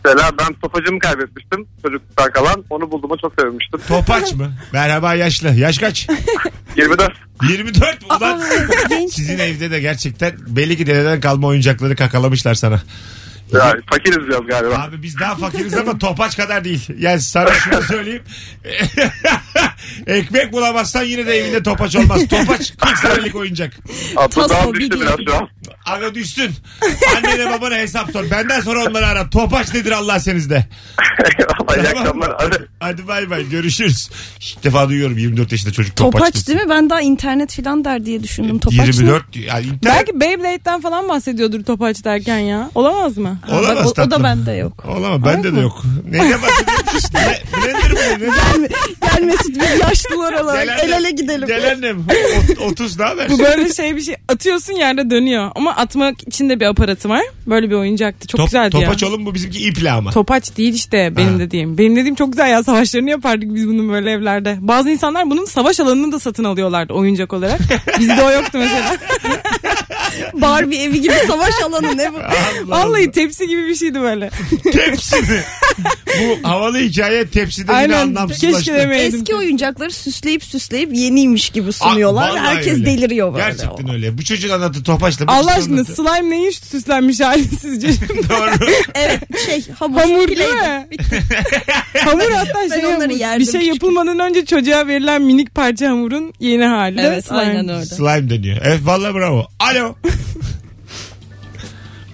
[SPEAKER 6] Mesela ben topacımı kaybetmiştim. Çocukluktan kalan. Onu bulduğuma çok sevmiştim.
[SPEAKER 2] Topaç mı? Merhaba yaşlı. Yaş kaç?
[SPEAKER 6] 24.
[SPEAKER 2] 24 mi? Ulan sizin evde de gerçekten belli ki dededen kalma oyuncakları kakalamışlar sana.
[SPEAKER 6] Ya, fakiriz biraz galiba.
[SPEAKER 2] Abi biz daha fakiriz ama topaç kadar değil. Yani sana şunu söyleyeyim. Ekmek bulamazsan yine de evinde topaç olmaz. Topaç 40 senelik oyuncak.
[SPEAKER 6] Abi,
[SPEAKER 4] Tasma
[SPEAKER 6] daha
[SPEAKER 4] bir şey.
[SPEAKER 6] düştü
[SPEAKER 4] değil.
[SPEAKER 6] biraz şu an.
[SPEAKER 2] Aga düşsün. Annene babana hesap sor. Benden sonra onları ara. Topaç nedir Allah senizde.
[SPEAKER 6] Eyvallah, İyi
[SPEAKER 2] Tamam mı?
[SPEAKER 6] akşamlar. Hadi.
[SPEAKER 2] Hadi bay bay görüşürüz. İlk defa duyuyorum 24 yaşında çocuk topaç.
[SPEAKER 4] Topaç
[SPEAKER 2] desin.
[SPEAKER 4] değil mi? Ben daha internet filan der diye düşündüm. Topaç 24.
[SPEAKER 2] 24 diyor. Yani internet-
[SPEAKER 3] Belki Beyblade'den falan bahsediyordur topaç derken ya. Olamaz mı?
[SPEAKER 2] Olamaz
[SPEAKER 4] o, o da
[SPEAKER 2] tatlım.
[SPEAKER 4] bende yok.
[SPEAKER 2] Olamaz bende de yok. Neyine bahsediyorsun işte? Blender mi? Ne-
[SPEAKER 4] Gel Mesut biz yaşlılar olarak el ele gidelim.
[SPEAKER 2] Gel annem. 30 ne haber?
[SPEAKER 3] Bu böyle şey bir şey atıyorsun yerde dönüyor ama atmak için de bir aparatı var. Böyle bir oyuncaktı. Çok
[SPEAKER 2] Top-
[SPEAKER 3] güzeldi ya.
[SPEAKER 2] topaç oğlum bu bizimki iple ama.
[SPEAKER 3] Topaç değil işte benim
[SPEAKER 2] Ha.
[SPEAKER 3] dediğim. Benim dediğim çok güzel ya savaşlarını yapardık biz bunun böyle evlerde. Bazı insanlar bunun savaş alanını da satın alıyorlardı oyuncak olarak. Bizde o yoktu mesela.
[SPEAKER 4] Barbie evi gibi savaş alanı ne bu?
[SPEAKER 3] Vallahi tepsi gibi bir şeydi böyle.
[SPEAKER 2] Tepsi mi? bu havalı hikaye tepside yine
[SPEAKER 3] Aynen.
[SPEAKER 2] anlamsızlaştı.
[SPEAKER 3] Keşke demeydim.
[SPEAKER 4] Eski oyuncakları süsleyip süsleyip yeniymiş gibi sunuyorlar.
[SPEAKER 2] Ah,
[SPEAKER 4] ve
[SPEAKER 2] vallahi
[SPEAKER 4] Herkes
[SPEAKER 2] öyle.
[SPEAKER 4] deliriyor böyle.
[SPEAKER 2] Gerçekten öyle. Bu çocuğun anlattığı topaçla. bu
[SPEAKER 3] Allah
[SPEAKER 2] çocuğun
[SPEAKER 3] aşkına
[SPEAKER 2] anlattığı-
[SPEAKER 3] slime neyin süslenmiş halisizce?
[SPEAKER 2] Doğru.
[SPEAKER 4] Evet şey hamur,
[SPEAKER 3] Hamur değil
[SPEAKER 4] bileydim.
[SPEAKER 3] mi? Hamur hatta
[SPEAKER 4] Ben
[SPEAKER 3] şey
[SPEAKER 4] onları
[SPEAKER 3] hamur.
[SPEAKER 4] yerdim
[SPEAKER 3] Bir şey
[SPEAKER 4] küçükken.
[SPEAKER 3] yapılmadan önce çocuğa verilen minik parça hamurun yeni hali. de
[SPEAKER 4] Evet
[SPEAKER 3] slime.
[SPEAKER 4] aynen öyle.
[SPEAKER 2] Slime dönüyor. Evet valla bravo. Alo.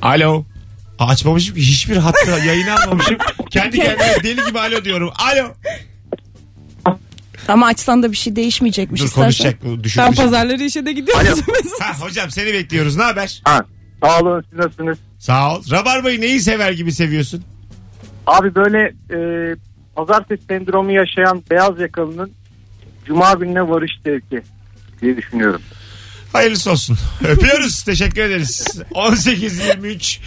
[SPEAKER 2] alo. Açmamışım ki hiçbir hatta yayını almamışım. Kendi kendime deli gibi alo diyorum. Alo.
[SPEAKER 4] Ama açsan da bir şey değişmeyecekmiş
[SPEAKER 2] Dur
[SPEAKER 4] istersen.
[SPEAKER 2] konuşacak. Düşün,
[SPEAKER 3] Sen
[SPEAKER 2] düşün.
[SPEAKER 3] pazarları işe de gidiyorsun.
[SPEAKER 2] Ha, hocam seni bekliyoruz. Ne haber?
[SPEAKER 6] Ha. Sağ olun siz nasılsınız?
[SPEAKER 2] Sağ ol. Rabarbayı neyi sever gibi seviyorsun?
[SPEAKER 7] Abi böyle e, pazartesi sendromu yaşayan beyaz yakalının cuma gününe varış zevki diye düşünüyorum.
[SPEAKER 2] Hayırlısı olsun. Öpüyoruz. Teşekkür ederiz. 18.23.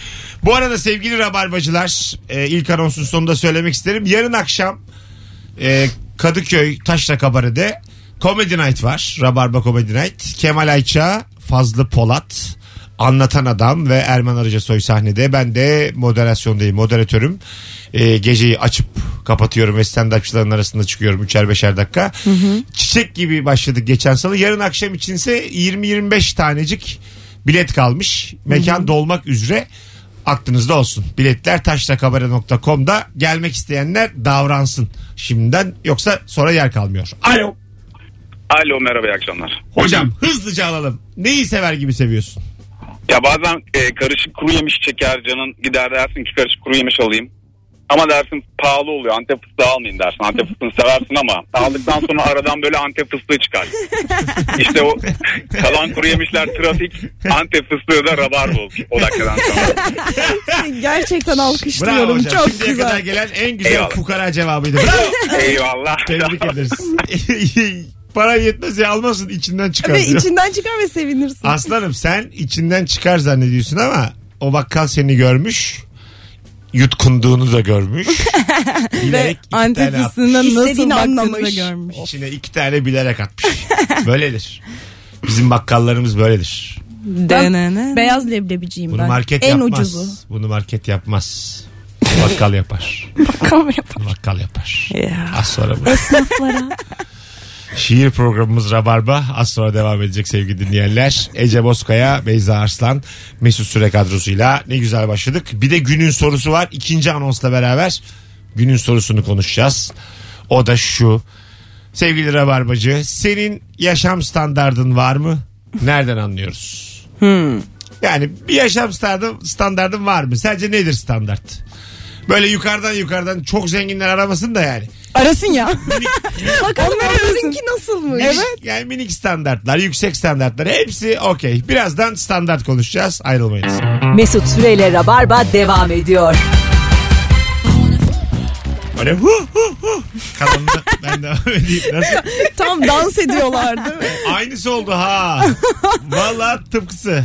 [SPEAKER 2] Bu arada sevgili rabarbacılar e, ilk anonsun sonunda söylemek isterim. Yarın akşam e, Kadıköy Taşra Kabare'de Comedy Night var. Rabarba Comedy Night. Kemal Ayça, Fazlı Polat, Anlatan Adam ve Erman Arıca Soy sahnede. Ben de moderasyondayım, moderatörüm. E, geceyi açıp kapatıyorum ve stand-upçıların arasında çıkıyorum 3'er 5'er dakika. Çiçek gibi başladık geçen salı. Yarın akşam içinse 20-25 tanecik bilet kalmış. Mekan dolmak üzere. Aklınızda olsun. Biletler taşrakabare.com'da gelmek isteyenler davransın. Şimdiden yoksa sonra yer kalmıyor. Alo.
[SPEAKER 9] Alo merhaba iyi akşamlar.
[SPEAKER 2] Hocam hızlıca alalım. Neyi sever gibi seviyorsun?
[SPEAKER 9] Ya bazen e, karışık kuru yemiş çeker canın gider dersin ki karışık kuru yemiş alayım. Ama dersin pahalı oluyor antep fıstığı almayayım dersin. Antep fıstığını seversin ama aldıktan sonra aradan böyle antep fıstığı çıkar. işte o kalan kuru yemişler trafik antep fıstığı da rabarba olur o dakikadan sonra.
[SPEAKER 4] Gerçekten
[SPEAKER 2] Bravo
[SPEAKER 4] alkışlıyorum.
[SPEAKER 2] hocam.
[SPEAKER 4] Çok
[SPEAKER 2] Şimdiye
[SPEAKER 4] güzel.
[SPEAKER 2] kadar gelen en güzel
[SPEAKER 9] Eyvallah.
[SPEAKER 2] fukara cevabıydı. Bravo.
[SPEAKER 9] Eyvallah.
[SPEAKER 2] Tebrik ederiz. Para yetmez ya almasın içinden çıkar.
[SPEAKER 4] Ve
[SPEAKER 2] diyor.
[SPEAKER 4] içinden çıkar ve sevinirsin.
[SPEAKER 2] Aslanım sen içinden çıkar zannediyorsun ama o bakkal seni görmüş. Yutkunduğunu da görmüş. Bilerek iki
[SPEAKER 3] Antep
[SPEAKER 2] tane atmış.
[SPEAKER 3] fıstığına nasıl
[SPEAKER 4] İstediğini
[SPEAKER 3] baktığını da
[SPEAKER 4] anlamış.
[SPEAKER 3] görmüş.
[SPEAKER 2] İçine iki tane bilerek atmış. böyledir. Bizim bakkallarımız böyledir.
[SPEAKER 3] Ben,
[SPEAKER 4] Beyaz leblebiciyim
[SPEAKER 2] Bunu
[SPEAKER 4] ben.
[SPEAKER 2] market
[SPEAKER 4] en
[SPEAKER 2] yapmaz.
[SPEAKER 4] ucuzu.
[SPEAKER 2] Bunu market yapmaz. Bakkal yapar.
[SPEAKER 4] Bakalım yapar.
[SPEAKER 2] Bakkal yapar. Az sonra bu.
[SPEAKER 4] Esnaflara.
[SPEAKER 2] Şiir programımız Rabarba. Az sonra devam edecek sevgili dinleyenler. Ece Bozkaya, Beyza Arslan, Mesut Süre kadrosuyla ne güzel başladık. Bir de günün sorusu var. İkinci anonsla beraber günün sorusunu konuşacağız. O da şu. Sevgili Rabarbacı, senin yaşam standardın var mı? Nereden anlıyoruz? Yani bir yaşam standı, standardın var mı? Sence nedir standart? Böyle yukarıdan yukarıdan çok zenginler aramasın da yani.
[SPEAKER 3] Arasın ya.
[SPEAKER 4] Bakalım
[SPEAKER 3] Onlar arasın.
[SPEAKER 4] onlarınki nasılmış?
[SPEAKER 3] Evet.
[SPEAKER 2] Yani minik standartlar, yüksek standartlar hepsi okey. Birazdan standart konuşacağız. Ayrılmayınız.
[SPEAKER 1] Mesut Süreyle Rabarba devam ediyor.
[SPEAKER 2] Böyle hu hu hu. Kalanını ben devam edeyim. Nasıl?
[SPEAKER 4] Tam dans ediyorlardı.
[SPEAKER 2] Aynısı oldu ha. Valla tıpkısı.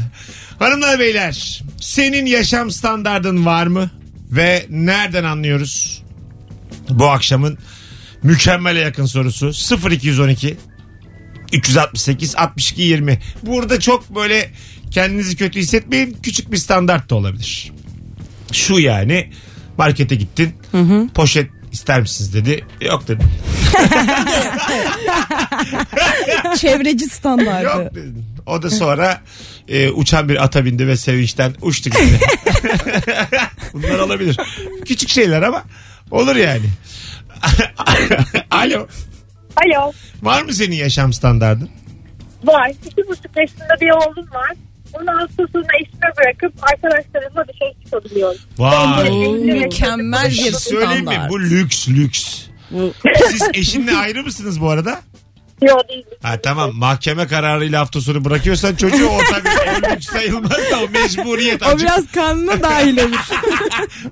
[SPEAKER 2] Hanımlar beyler senin yaşam standardın var mı? Ve nereden anlıyoruz? Bu akşamın mükemmele yakın sorusu 0212 368 62 20. Burada çok böyle kendinizi kötü hissetmeyin. Küçük bir standart da olabilir. Şu yani markete gittin. Poşet ister misiniz dedi. Yok dedim.
[SPEAKER 4] Çevreci standardı.
[SPEAKER 2] Yok dedim. O da sonra e, uçan bir ata bindi ve sevinçten uçtu gitti. Bunlar olabilir. Küçük şeyler ama olur yani. Alo.
[SPEAKER 8] Alo.
[SPEAKER 2] Var mı senin yaşam standardın?
[SPEAKER 8] Var. İki buçuk yaşında bir oğlum var. Onu hafta sonu eşime bırakıp arkadaşlarımla şey dışarı çıkabiliyorum.
[SPEAKER 2] Vay.
[SPEAKER 4] Oo, Mükemmel
[SPEAKER 2] Bir şey
[SPEAKER 4] bir
[SPEAKER 2] söyleyeyim mi?
[SPEAKER 4] standart.
[SPEAKER 2] Bu lüks lüks. Siz eşinle ayrı mısınız bu arada?
[SPEAKER 8] Yok değil.
[SPEAKER 2] Ha tamam mahkeme kararıyla hafta sonu bırakıyorsan çocuğu o tabii o lüks sayılmaz da o mecburiyet.
[SPEAKER 3] O
[SPEAKER 2] Acık-
[SPEAKER 3] biraz kanına dahil olur.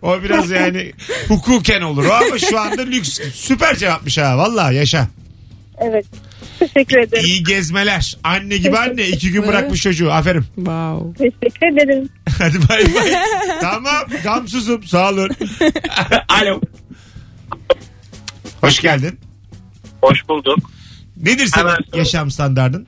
[SPEAKER 2] O biraz yani hukuken olur o ama şu anda lüks. Süper cevapmış ha valla yaşa.
[SPEAKER 8] Evet. Teşekkür ederim.
[SPEAKER 2] İyi gezmeler. Anne gibi anne iki gün bırakmış çocuğu. Aferin.
[SPEAKER 3] wow.
[SPEAKER 8] Teşekkür ederim.
[SPEAKER 2] Hadi bay bay. tamam gamsuzum sağ olun. Alo. Hoş geldin.
[SPEAKER 5] Hoş bulduk.
[SPEAKER 2] Nedir
[SPEAKER 5] Hemen
[SPEAKER 2] senin
[SPEAKER 5] sorayım.
[SPEAKER 2] yaşam standardın?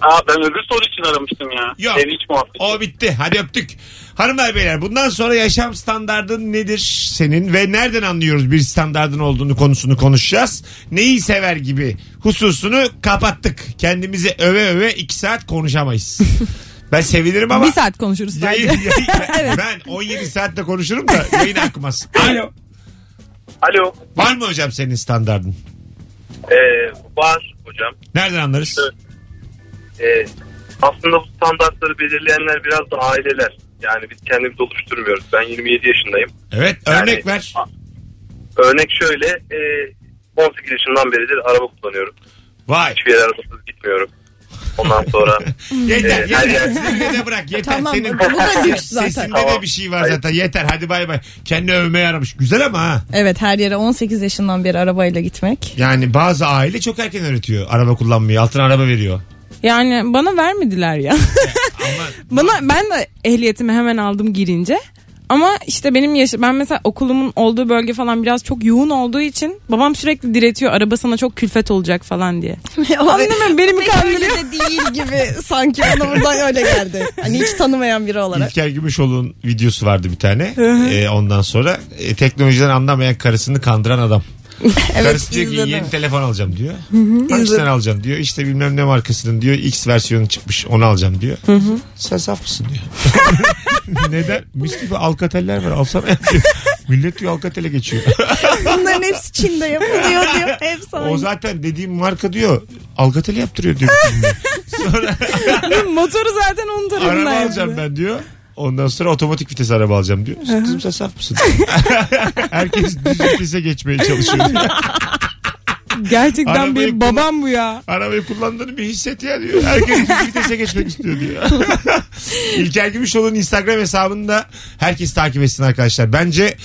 [SPEAKER 5] Aa ben öbür soru için aramıştım ya.
[SPEAKER 2] Yok.
[SPEAKER 5] Sevinç muhabbeti.
[SPEAKER 2] O bitti. Hadi öptük. Hanımlar beyler bundan sonra yaşam standardın nedir senin ve nereden anlıyoruz bir standardın olduğunu konusunu konuşacağız. Neyi sever gibi hususunu kapattık. Kendimizi öve öve iki saat konuşamayız. Ben sevinirim ama
[SPEAKER 3] Bir saat konuşuruz
[SPEAKER 2] yayın,
[SPEAKER 3] bence.
[SPEAKER 2] yayın- ben 17 saatte konuşurum da yayın akmaz. Alo.
[SPEAKER 5] Alo.
[SPEAKER 2] Var mı hocam senin standardın?
[SPEAKER 5] Ee, var hocam.
[SPEAKER 2] Nereden anlarız?
[SPEAKER 5] Ee, aslında bu standartları belirleyenler biraz da aileler. Yani biz kendimiz oluşturmuyoruz. Ben 27 yaşındayım.
[SPEAKER 2] Evet
[SPEAKER 5] Yani-
[SPEAKER 2] örnek ver.
[SPEAKER 5] Örnek şöyle. E, 18 yaşından beridir araba kullanıyorum.
[SPEAKER 2] Vay.
[SPEAKER 5] Hiçbir yere arabasız gitmiyorum. Ondan sonra
[SPEAKER 2] Yeter
[SPEAKER 5] Ee, hayır,
[SPEAKER 2] yeter.
[SPEAKER 5] hayır.
[SPEAKER 2] Sesini de bırak yeter.
[SPEAKER 4] Tamam,
[SPEAKER 2] Senin
[SPEAKER 4] bu da lüks zaten.
[SPEAKER 2] Sesinde de
[SPEAKER 5] Tamam.
[SPEAKER 2] bir şey var zaten. Yeter hadi bay bay. Kendi övmeye yaramış. Güzel ama ha.
[SPEAKER 4] Evet her yere 18 yaşından beri arabayla gitmek.
[SPEAKER 2] Yani bazı aile çok erken öğretiyor araba kullanmayı. Altına araba veriyor.
[SPEAKER 3] Yani bana vermediler ya.
[SPEAKER 2] Ama
[SPEAKER 3] Bana ben de ehliyetimi hemen aldım girince. Ama işte benim yaş ben mesela okulumun olduğu bölge falan biraz çok yoğun olduğu için babam sürekli diretiyor araba sana çok külfet olacak falan diye. Anlamıyorum beni mi
[SPEAKER 4] Pek öyle
[SPEAKER 3] kandırıyor?
[SPEAKER 4] de değil gibi sanki bana buradan öyle geldi. Hani hiç tanımayan biri olarak.
[SPEAKER 2] İlker Gümüşoğlu'nun videosu vardı bir tane. Ee, ondan sonra e, teknolojiden anlamayan karısını kandıran adam. Karısı diyor ki
[SPEAKER 4] izledim.
[SPEAKER 2] yeni telefon alacağım diyor. Hangisinden alacağım diyor. İşte bilmem ne markasının diyor. X versiyonu çıkmış onu alacağım diyor. Sen saf mısın diyor. Neden? Mis gibi alkateller var alsana. diyor. Millet diyor alkatele geçiyor.
[SPEAKER 4] Bunların hepsi Çin'de yapılıyor diyor. Hepsi
[SPEAKER 2] o
[SPEAKER 4] aynı.
[SPEAKER 2] zaten dediğim marka diyor alkatel yaptırıyor diyor. sonra
[SPEAKER 3] Motoru zaten onun tarafından
[SPEAKER 2] araba
[SPEAKER 3] yaptı.
[SPEAKER 2] alacağım ben diyor. Ondan sonra otomatik vites araba alacağım diyor. Kızım sen saf mısın? Herkes düz vitese geçmeye çalışıyor.
[SPEAKER 3] Gerçekten
[SPEAKER 2] Arabayı
[SPEAKER 3] benim
[SPEAKER 2] kullan-
[SPEAKER 3] babam bu ya.
[SPEAKER 2] Arabayı kullandığını bir hisset ya diyor. Herkes düz vitese geçmek istiyor diyor. İlker Gümüşoğlu'nun Instagram hesabını da herkes takip etsin arkadaşlar. Bence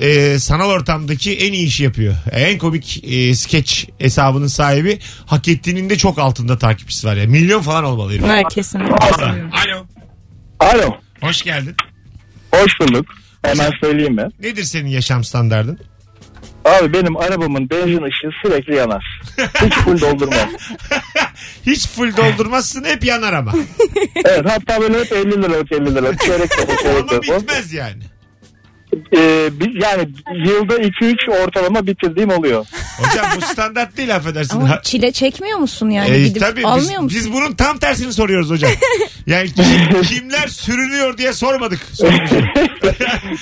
[SPEAKER 2] e, sanal ortamdaki en iyi işi yapıyor. En komik e, skeç hesabının sahibi hak ettiğinin de çok altında takipçisi var ya. Milyon falan olmalı. herif.
[SPEAKER 4] Herkesin.
[SPEAKER 2] Alo.
[SPEAKER 6] Alo.
[SPEAKER 2] Hoş geldin.
[SPEAKER 6] Hoş bulduk. Hemen söyleyeyim mi?
[SPEAKER 2] Nedir senin yaşam standardın?
[SPEAKER 6] Abi benim arabamın benzin ışığı sürekli yanar. Hiç full doldurmaz.
[SPEAKER 2] Hiç full doldurmazsın hep yanar ama.
[SPEAKER 6] Evet hatta böyle hep 50 liralık 50 liralık çeyrek kapı çeyrek
[SPEAKER 2] ama
[SPEAKER 6] kapı.
[SPEAKER 2] bitmez yani.
[SPEAKER 6] Ee, biz yani yılda 2-3 ortalama bitirdiğim oluyor.
[SPEAKER 2] Hocam bu standart değil affedersin.
[SPEAKER 4] Ama
[SPEAKER 2] Ha-
[SPEAKER 4] çile çekmiyor musun yani
[SPEAKER 2] E,
[SPEAKER 4] gidip
[SPEAKER 2] tabii biz,
[SPEAKER 4] almıyor musun?
[SPEAKER 2] biz bunun tam tersini soruyoruz hocam. Yani kim- kimler sürünüyor diye sormadık. sorumuzu.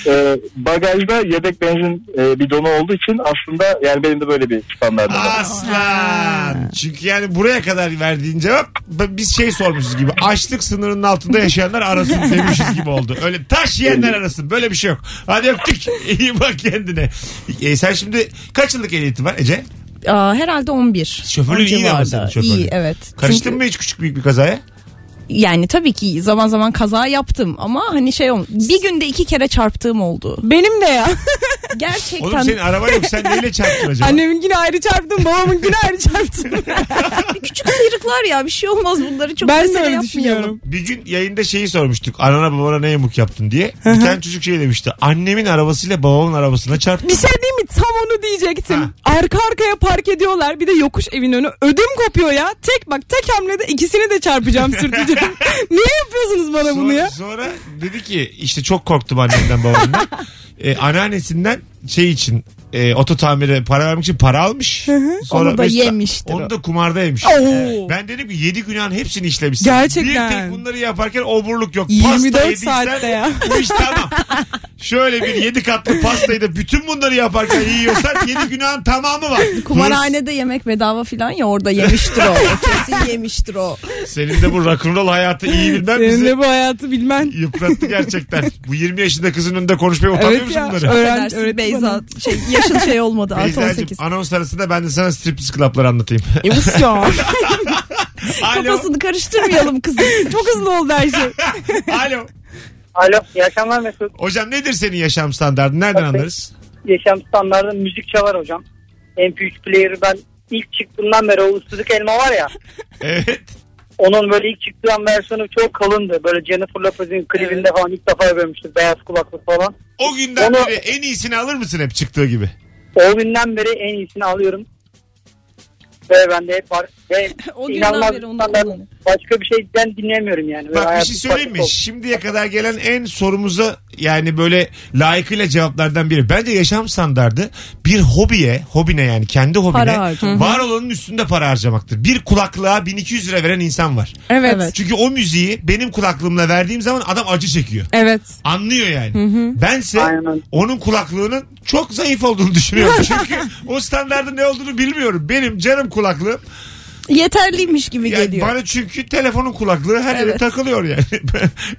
[SPEAKER 10] Ee, bagajda yedek benzin e, bidonu olduğu için aslında yani benim de böyle bir standartım var.
[SPEAKER 2] Aslan. Çünkü yani buraya kadar verdiğin cevap b- biz şey sormuşuz gibi. Açlık sınırının altında yaşayanlar arasın demişiz gibi oldu. Öyle taş yiyenler arasın. Böyle bir şey yok. Hadi öptük. İyi bak kendine. E, sen şimdi kaç yıllık ehliyetin var Ece?
[SPEAKER 4] Aa, herhalde 11.
[SPEAKER 2] Şoförlüğü
[SPEAKER 4] O
[SPEAKER 2] iyi
[SPEAKER 4] civarda.
[SPEAKER 2] ama senin şoförlüğün.
[SPEAKER 4] İyi evet.
[SPEAKER 2] Karıştın
[SPEAKER 4] Çünkü-
[SPEAKER 2] mı hiç küçük büyük bir kazaya?
[SPEAKER 4] Yani tabii ki zaman zaman kaza yaptım ama hani şey olm bir günde iki kere çarptığım oldu.
[SPEAKER 3] Benim de ya.
[SPEAKER 4] Gerçekten.
[SPEAKER 2] Oğlum senin araba yok. Sen neyle çarptın acaba?
[SPEAKER 3] Anneminkini ayrı çarptım, babamınkini ayrı çarptım.
[SPEAKER 4] Küçük sıyrıklar ya bir şey olmaz bunları çok
[SPEAKER 3] ben de
[SPEAKER 4] mesele
[SPEAKER 3] öyle
[SPEAKER 4] yapmayalım.
[SPEAKER 3] düşünüyorum.
[SPEAKER 2] Bir gün yayında şeyi sormuştuk. Anana babana ne yamuk yaptın diye. Bir tane çocuk şey demişti. Annemin arabasıyla babamın arabasına çarptım.
[SPEAKER 3] Bir şey değil mi? Tam onu diyecektim.
[SPEAKER 2] Ha.
[SPEAKER 3] Arka arkaya park ediyorlar. Bir de yokuş evin önü. Ödüm kopuyor ya. Tek bak tek hamlede ikisini de çarpacağım sürteceğim. Niye yapıyorsunuz bana bunu
[SPEAKER 2] Sonra-
[SPEAKER 3] ya?
[SPEAKER 2] Sonra dedi ki işte çok korktum annemden babamdan. Ee, anneannesinden şey için e, oto tamire para vermek için para almış. Sonra
[SPEAKER 4] Onu da
[SPEAKER 2] mesela-
[SPEAKER 4] yemiştir
[SPEAKER 2] Onu
[SPEAKER 4] o.
[SPEAKER 2] da kumarda yemiş.
[SPEAKER 3] Oo.
[SPEAKER 2] Ben dedim ki 7 günahın hepsini işlemişsin.
[SPEAKER 3] Gerçekten.
[SPEAKER 2] Bir tek bunları yaparken oburluk yok. Pasta
[SPEAKER 3] 24
[SPEAKER 2] yediysen
[SPEAKER 3] saatte ya.
[SPEAKER 2] Bu iş tamam. Şöyle bir 7 katlı pastayı da bütün bunları yaparken yiyorsan 7 günahın tamamı var.
[SPEAKER 4] Kumarhanede yemek bedava filan ya orada yemiştir o. Kesin yemiştir o.
[SPEAKER 2] Hırs- Senin de bu rock'n'roll hayatı iyi bilmem
[SPEAKER 3] Senin
[SPEAKER 2] bizi
[SPEAKER 3] de bu hayatı bilmen.
[SPEAKER 2] yıprattı gerçekten. Bu 20 yaşında kızın önünde konuşmaya utanıyor
[SPEAKER 3] Evet
[SPEAKER 2] musun
[SPEAKER 3] ya.
[SPEAKER 2] bunları?
[SPEAKER 3] Öğren,
[SPEAKER 4] Affedersin
[SPEAKER 3] öğret
[SPEAKER 4] Beyza
[SPEAKER 3] bana.
[SPEAKER 4] şey, yaşın şey olmadı artı
[SPEAKER 2] Beyza'cığım
[SPEAKER 4] 18.
[SPEAKER 2] anons arasında ben de sana striptiz klapları anlatayım.
[SPEAKER 3] Yavuz ya.
[SPEAKER 2] Alo.
[SPEAKER 4] Kafasını karıştırmayalım kızım.
[SPEAKER 3] Çok hızlı oldu her şey.
[SPEAKER 2] Alo.
[SPEAKER 7] Alo iyi akşamlar Mesut.
[SPEAKER 2] Hocam nedir senin yaşam standartın? Nereden
[SPEAKER 7] Tabii.
[SPEAKER 2] anlarız?
[SPEAKER 7] Yaşam standartı müzik çalar hocam. MP3 player'ı ben ilk çıktığından beri o ıssızlık elma var ya.
[SPEAKER 2] Evet.
[SPEAKER 7] Onun böyle ilk çıktığı versiyonu çok kalındı. Böyle Jennifer Lopez'in klibinde falan ilk defa görmüştüm. Beyaz kulaklık falan.
[SPEAKER 2] O günden
[SPEAKER 7] Onu-
[SPEAKER 2] beri en iyisini alır mısın hep çıktığı gibi?
[SPEAKER 7] O günden beri en iyisini alıyorum. Ve bende hep var. Ve
[SPEAKER 4] O günden
[SPEAKER 7] inanılmaz
[SPEAKER 4] beri onu
[SPEAKER 7] standart.
[SPEAKER 4] kullanıyor.
[SPEAKER 7] başka bir şeyden dinleyemiyorum yani. Böyle
[SPEAKER 2] Bak bir
[SPEAKER 7] hayatım
[SPEAKER 2] şey söyleyeyim mi?
[SPEAKER 7] farklı oldu.
[SPEAKER 2] Şimdiye kadar gelen en sorumuza yani böyle layıkıyla cevaplardan biri. Bence yaşam standardı bir hobiye, hobine yani kendi hobine
[SPEAKER 4] Para harcamak.
[SPEAKER 2] var olanın üstünde para harcamaktır. Bir kulaklığa 1200 lira veren insan var.
[SPEAKER 3] Evet. Evet.
[SPEAKER 4] Evet.
[SPEAKER 2] Çünkü o müziği benim kulaklığımla verdiğim zaman adam acı çekiyor. Anlıyor yani. Bense
[SPEAKER 7] Aynen.
[SPEAKER 2] onun kulaklığının çok zayıf olduğunu düşünüyorum. Çünkü o standartın ne olduğunu bilmiyorum. Benim canım kulaklığım.
[SPEAKER 4] Yeterliymiş gibi
[SPEAKER 2] Yani
[SPEAKER 4] geliyor.
[SPEAKER 2] bana çünkü telefonun kulaklığı her yere
[SPEAKER 4] Evet.
[SPEAKER 2] takılıyor yani.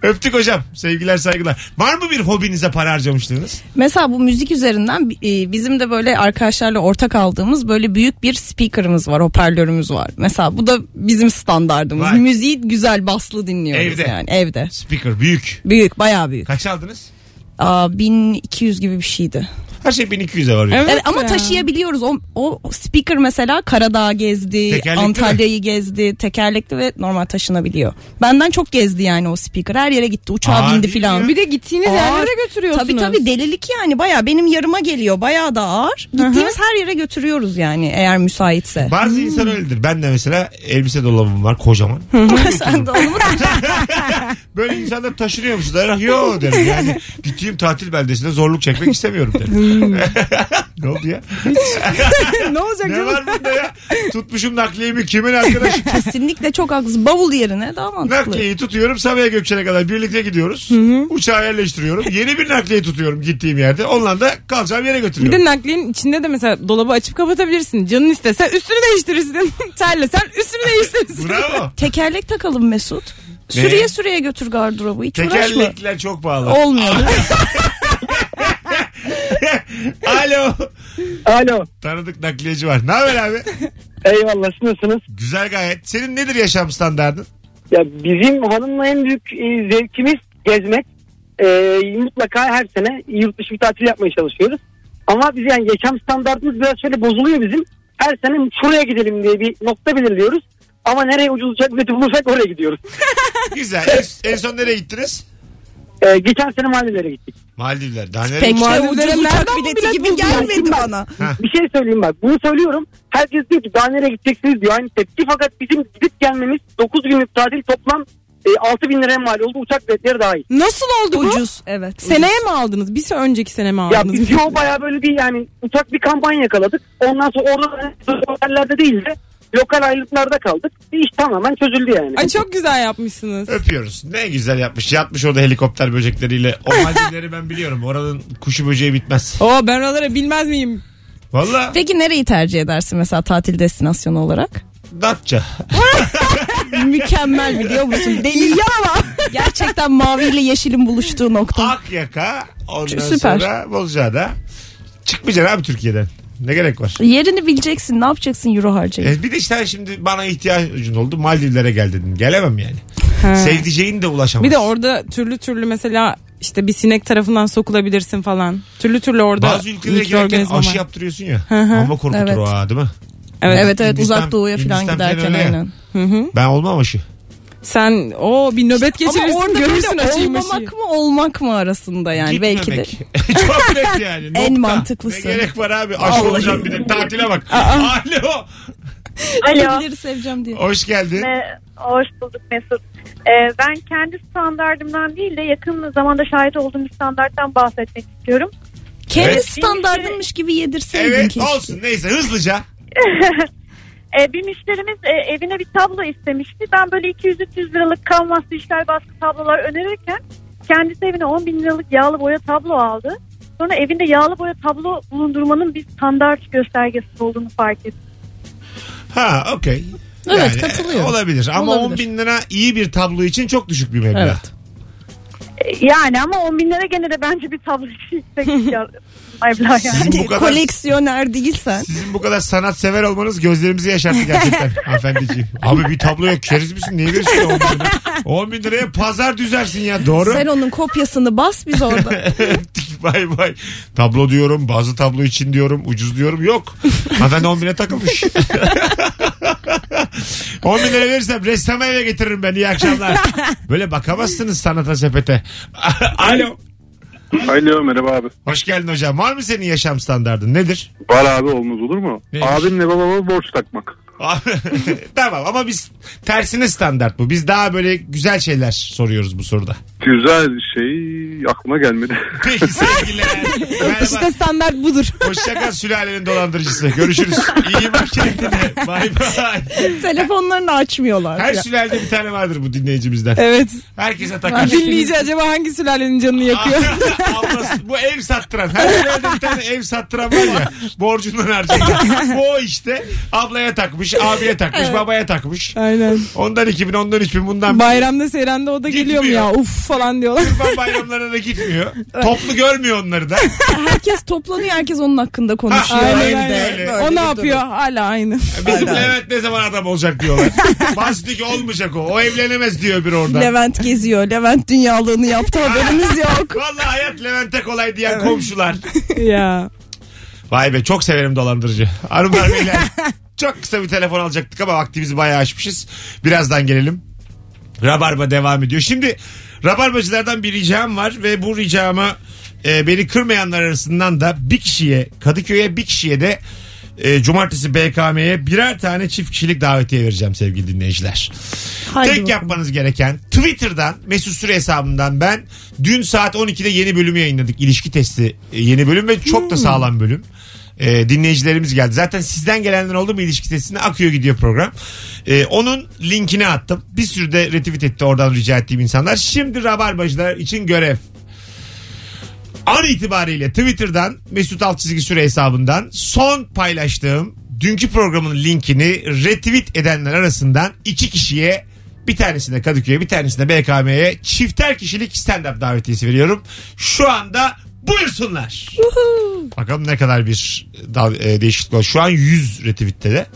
[SPEAKER 2] Öptük hocam. Sevgiler saygılar. Var mı bir hobinize para harcamıştınız?
[SPEAKER 4] Mesela bu müzik üzerinden e, bizim de böyle arkadaşlarla ortak aldığımız böyle büyük bir speaker'ımız var, hoparlörümüz var. Mesela bu da bizim standardımız.
[SPEAKER 2] Vay.
[SPEAKER 4] Müziği güzel baslı dinliyoruz
[SPEAKER 2] Evde.
[SPEAKER 4] yani evde.
[SPEAKER 2] Speaker büyük.
[SPEAKER 4] Büyük, bayağı büyük.
[SPEAKER 2] Kaç aldınız?
[SPEAKER 4] Aa, 1200 gibi bir şeydi.
[SPEAKER 2] Her şey 1200'e varıyor.
[SPEAKER 3] Evet
[SPEAKER 4] Evet, ama
[SPEAKER 3] ya.
[SPEAKER 4] taşıyabiliyoruz. O, o speaker mesela Karadağ gezdi,
[SPEAKER 2] Tekerlekli
[SPEAKER 4] Antalya'yı gezdi, tekerlekli ve normal taşınabiliyor. Benden çok gezdi yani o speaker. Her yere gitti, uçağa
[SPEAKER 2] Aa,
[SPEAKER 4] bindi
[SPEAKER 2] değil
[SPEAKER 4] filan.
[SPEAKER 2] ya.
[SPEAKER 3] Bir de gittiğiniz
[SPEAKER 4] Ağır.
[SPEAKER 3] yerlere götürüyorsunuz.
[SPEAKER 4] Tabii tabii delilik yani bayağı benim yarıma geliyor. Bayağı da ağır. Gittiğimiz her yere götürüyoruz yani eğer müsaitse.
[SPEAKER 2] Bazı insan öyledir. Ben de mesela elbise dolabım var kocaman.
[SPEAKER 4] Sen de onu bırak.
[SPEAKER 2] Böyle insanlar taşınıyor musun? Der, Yo derim yani. Gittiğim tatil beldesinde zorluk çekmek istemiyorum derim.
[SPEAKER 4] Hmm.
[SPEAKER 2] ne oldu ya?
[SPEAKER 3] ne olacak
[SPEAKER 2] Ne
[SPEAKER 3] canım?
[SPEAKER 2] var bunda ya? Tutmuşum nakliyemi kimin arkadaşı?
[SPEAKER 4] Kesinlikle çok haklısın. Bavul yerine daha mantıklı.
[SPEAKER 2] Nakliyeyi tutuyorum Sabiha Gökçen'e kadar birlikte gidiyoruz. Uçağa yerleştiriyorum. Yeni bir nakliyeyi tutuyorum gittiğim yerde. Onunla da kalacağım yere
[SPEAKER 3] Bir
[SPEAKER 2] götürüyorum.
[SPEAKER 3] de nakliyenin içinde de mesela dolabı açıp kapatabilirsin. Canın istese üstünü değiştirirsin. Terlesen üstünü değiştirirsin.
[SPEAKER 2] Bravo.
[SPEAKER 4] Tekerlek takalım Mesut. Sürüye sürüye götür gardırobu. Hiç uğraşma.
[SPEAKER 2] Tekerlekler çok pahalı.
[SPEAKER 4] Olmuyor. değil mi?
[SPEAKER 2] Alo.
[SPEAKER 7] Alo.
[SPEAKER 2] Tanıdık nakliyeci var. Ne haber abi?
[SPEAKER 7] Eyvallah siz nasılsınız?
[SPEAKER 2] Güzel gayet. Senin nedir yaşam standardın?
[SPEAKER 7] Ya bizim hanımla en büyük e, zevkimiz gezmek. E, mutlaka her sene yurt dışı bir tatil yapmaya çalışıyoruz. Ama biz yani yaşam standartımız biraz şöyle bozuluyor bizim. Her sene şuraya gidelim diye bir nokta belirliyoruz. Ama nereye ucuz uçak bileti bulursak oraya gidiyoruz.
[SPEAKER 2] Güzel. En, en son nereye gittiniz?
[SPEAKER 7] E, geçen sene Maldivlere gittik.
[SPEAKER 2] Maldivler. Daha nereye
[SPEAKER 4] Pek de
[SPEAKER 3] Mardinlere
[SPEAKER 4] ucuz
[SPEAKER 3] nereden
[SPEAKER 4] uçak
[SPEAKER 3] bu
[SPEAKER 4] bileti
[SPEAKER 3] bilet
[SPEAKER 4] gibi
[SPEAKER 3] buldun?
[SPEAKER 4] gelmedi bana.
[SPEAKER 7] Bir şey söyleyeyim bak. Bunu söylüyorum. Herkes diyor ki daha nereye gideceksiniz diyor. Aynı tepki. Fakat bizim gidip gelmemiz 9 günlük tatil toplam E, 6 bin liraya mal oldu uçak biletleri dahil.
[SPEAKER 3] Nasıl oldu bu?
[SPEAKER 4] Ucuz şey evet.
[SPEAKER 3] Seneye mi aldınız? Bir sene önceki sene mi
[SPEAKER 7] Ya
[SPEAKER 3] aldınız?
[SPEAKER 7] biz yo baya böyle bir yani uçak bir kampanya yakaladık. Ondan sonra orada otellerde değil de lokal aylıklarda kaldık. Bir iş tamamen çözüldü yani.
[SPEAKER 3] Ay çok güzel yapmışsınız.
[SPEAKER 2] Öpüyoruz. Ne güzel yapmış. Yatmış orada helikopter böcekleriyle. O malzemeleri ben biliyorum. Oranın kuşu böceği bitmez.
[SPEAKER 3] Oo ben oralara bilmez miyim?
[SPEAKER 2] Valla
[SPEAKER 4] Peki nereyi tercih edersin mesela tatil destinasyonu olarak?
[SPEAKER 2] Datça.
[SPEAKER 4] Mükemmel biliyor musun? Deli ama gerçekten mavi ile yeşilin buluştuğu nokta.
[SPEAKER 2] Akyaka. Ondan
[SPEAKER 4] Süper.
[SPEAKER 2] sonra Bozcaada. Çıkmayacaksın abi Türkiye'den. Ne gerek var?
[SPEAKER 4] Yerini bileceksin ne yapacaksın euro harcayıp.
[SPEAKER 2] E, bir de işte şimdi bana ihtiyacın oldu. Maldivlere gel dedim. Gelemem yani. Şey- Sevdiceğin de ulaşamaz.
[SPEAKER 3] Bir de orada türlü türlü mesela işte bir sinek tarafından sokulabilirsin falan. Türlü türlü orada
[SPEAKER 2] bazı ülkelere girerken
[SPEAKER 3] mikroorganizma
[SPEAKER 2] aşı
[SPEAKER 3] var.
[SPEAKER 2] yaptırıyorsun ya.
[SPEAKER 3] hı.
[SPEAKER 2] Ama korkutur
[SPEAKER 4] Evet.
[SPEAKER 2] o ha değil mi?
[SPEAKER 3] Evet.
[SPEAKER 4] Evet evet
[SPEAKER 2] Hindistan-
[SPEAKER 4] uzak doğuya falan
[SPEAKER 2] Hindistan falan
[SPEAKER 4] giderken
[SPEAKER 2] öyle ya.
[SPEAKER 4] aynen.
[SPEAKER 3] Hı hı.
[SPEAKER 2] Ben olmam aşı.
[SPEAKER 3] Sen o bir nöbet geçirirsin
[SPEAKER 4] Ama orada
[SPEAKER 3] görürsün
[SPEAKER 4] böyle
[SPEAKER 3] aşıyı maşıyı.
[SPEAKER 4] olmamak mı olmak mı arasında yani belki de.
[SPEAKER 2] belki de. Çok net yani. Nokta.
[SPEAKER 4] En
[SPEAKER 2] Ne
[SPEAKER 4] mantıklısı.
[SPEAKER 2] gerek var abi? Aşı olacağım bir de. Tatile bak. Alo.
[SPEAKER 7] şey.
[SPEAKER 8] Alo.
[SPEAKER 4] Bilir seveceğim diye.
[SPEAKER 2] Hoş geldin.
[SPEAKER 8] Me- Hoş bulduk Mesut. Ee, ben kendi standardımdan değil de yakın zamanda şahit olduğum bir standarttan bahsetmek istiyorum.
[SPEAKER 4] Kendi
[SPEAKER 2] Evet.
[SPEAKER 4] standardınmış gibi yedirseydin
[SPEAKER 2] Evet
[SPEAKER 4] keşke.
[SPEAKER 2] olsun neyse hızlıca.
[SPEAKER 8] Ee, bir müşterimiz e, evine bir tablo istemişti. Ben böyle 200-300 liralık kanvas dijital baskı tablolar önerirken kendisi evine 10 bin liralık yağlı boya tablo aldı. Sonra evinde yağlı boya tablo bulundurmanın bir standart göstergesi olduğunu fark etti.
[SPEAKER 2] Ha okey. e,
[SPEAKER 4] Evet, katılıyorum.
[SPEAKER 2] Olabilir ama
[SPEAKER 4] Olabilir.
[SPEAKER 2] 10 bin lira iyi bir tablo için çok düşük bir meblağ.
[SPEAKER 4] Evet.
[SPEAKER 8] Ee, yani ama 10 bin lira gene de bence bir tablo için yüksek bir meblağ yani.
[SPEAKER 2] Sizin bu kadar
[SPEAKER 4] Koleksiyoner değilsen.
[SPEAKER 2] sizin bu kadar sanatsever olmanız gözlerimizi yaşarttı gerçekten hanımefendiciğim. Abi bir tabloya keriz misin? Niye verirsin 10 bin lira? 10 bin liraya pazar düzersin ya doğru.
[SPEAKER 4] Sen onun kopyasını bas biz orada.
[SPEAKER 2] bay bay. Tablo diyorum bazı tablo için diyorum ucuz diyorum yok. Hanımefendi 10 bine takılmış. 10 bin lira verirsem ressamı eve getiririm ben iyi akşamlar. Böyle bakamazsınız sanata sepete. Alo.
[SPEAKER 10] Alo merhaba abi.
[SPEAKER 2] Hoş geldin hocam. Var mı senin yaşam standardın? Nedir?
[SPEAKER 10] Var abi olmaz olur mu?
[SPEAKER 2] Neymiş?
[SPEAKER 10] Abimle babama borç takmak.
[SPEAKER 2] tamam ama biz tersine standart bu. Biz daha böyle güzel şeyler soruyoruz bu soruda.
[SPEAKER 10] Güzel şey aklıma gelmedi.
[SPEAKER 2] Peki sevgiler. Merhaba.
[SPEAKER 3] İşte standart budur.
[SPEAKER 2] Hoşçakal sülalenin dolandırıcısı. Görüşürüz. İyi bak kendine. Bay bay.
[SPEAKER 4] Telefonlarını açmıyorlar.
[SPEAKER 2] Her şey-
[SPEAKER 4] Ya.
[SPEAKER 2] sülalede bir tane vardır bu dinleyicimizden.
[SPEAKER 3] Evet.
[SPEAKER 2] Herkese takar. Ah,
[SPEAKER 3] Dinleyici acaba hangi sülalenin canını yakıyor?
[SPEAKER 2] Ablası, bu ev sattıran. Her sülalede bir tane ev sattıran var ya. Borcundan harcayan. bu o işte. Ablaya takmış, abiye takmış, babaya takmış.
[SPEAKER 3] Aynen.
[SPEAKER 2] Ondan 2000, ondan 3000, bundan
[SPEAKER 3] Bayramda seyrende o da geliyor mu ya? Uf falan diyorlar.
[SPEAKER 2] Kurban bayramlarına da gitmiyor. Toplu görmüyor onları da.
[SPEAKER 4] Herkes toplanıyor herkes onun hakkında konuşuyor.
[SPEAKER 2] Ha, aynen
[SPEAKER 4] evde.
[SPEAKER 2] öyle.
[SPEAKER 4] Böyle
[SPEAKER 3] O
[SPEAKER 4] bir
[SPEAKER 3] ne
[SPEAKER 4] durum.
[SPEAKER 3] yapıyor? Hala aynı.
[SPEAKER 2] Bizim Levent ne zaman adam olacak diyorlar. Bahsediyor ki olmayacak o. O evlenemez diyor bir oradan.
[SPEAKER 4] Levent geziyor. Levent dünyalığını yaptı haberimiz yok.
[SPEAKER 2] Vallahi hayat Levent'e kolay diyen komşular.
[SPEAKER 3] ya.
[SPEAKER 2] Vay be çok severim dolandırıcı. Hanımlar beyler çok kısa bir telefon alacaktık ama vaktimizi bayağı aşmışız. Birazdan gelelim. Rabarba devam ediyor. Şimdi Rabarbacılardan bir ricam var ve bu ricama e, beni kırmayanlar arasından da bir kişiye Kadıköy'e bir kişiye de e, Cumartesi BKM'ye birer tane çift kişilik davetiye vereceğim sevgili dinleyiciler.
[SPEAKER 4] Haydi
[SPEAKER 2] Tek
[SPEAKER 4] bakalım.
[SPEAKER 2] yapmanız gereken Twitter'dan Mesut Süre hesabından ben dün saat 12'de yeni bölümü yayınladık. İlişki testi e, yeni bölüm ve çok
[SPEAKER 4] Hmm.
[SPEAKER 2] da sağlam bölüm. E, dinleyicilerimiz geldi. Zaten sizden gelenler oldu mu ilişki testine akıyor gidiyor program. E, onun linkini attım. Bir sürü de retweet etti oradan rica ettiğim insanlar. Şimdi Rabarbacılar için görev. An itibariyle Twitter'dan Mesut Altçizgi Süre hesabından son paylaştığım dünkü programın linkini retweet edenler arasından iki kişiye bir tanesine Kadıköy'e bir tanesine BKM'ye çifter kişilik stand-up davetiyesi veriyorum. Şu anda buyursunlar. Bakalım ne kadar bir da- e, değişiklik var. Şu an 100 retweette de.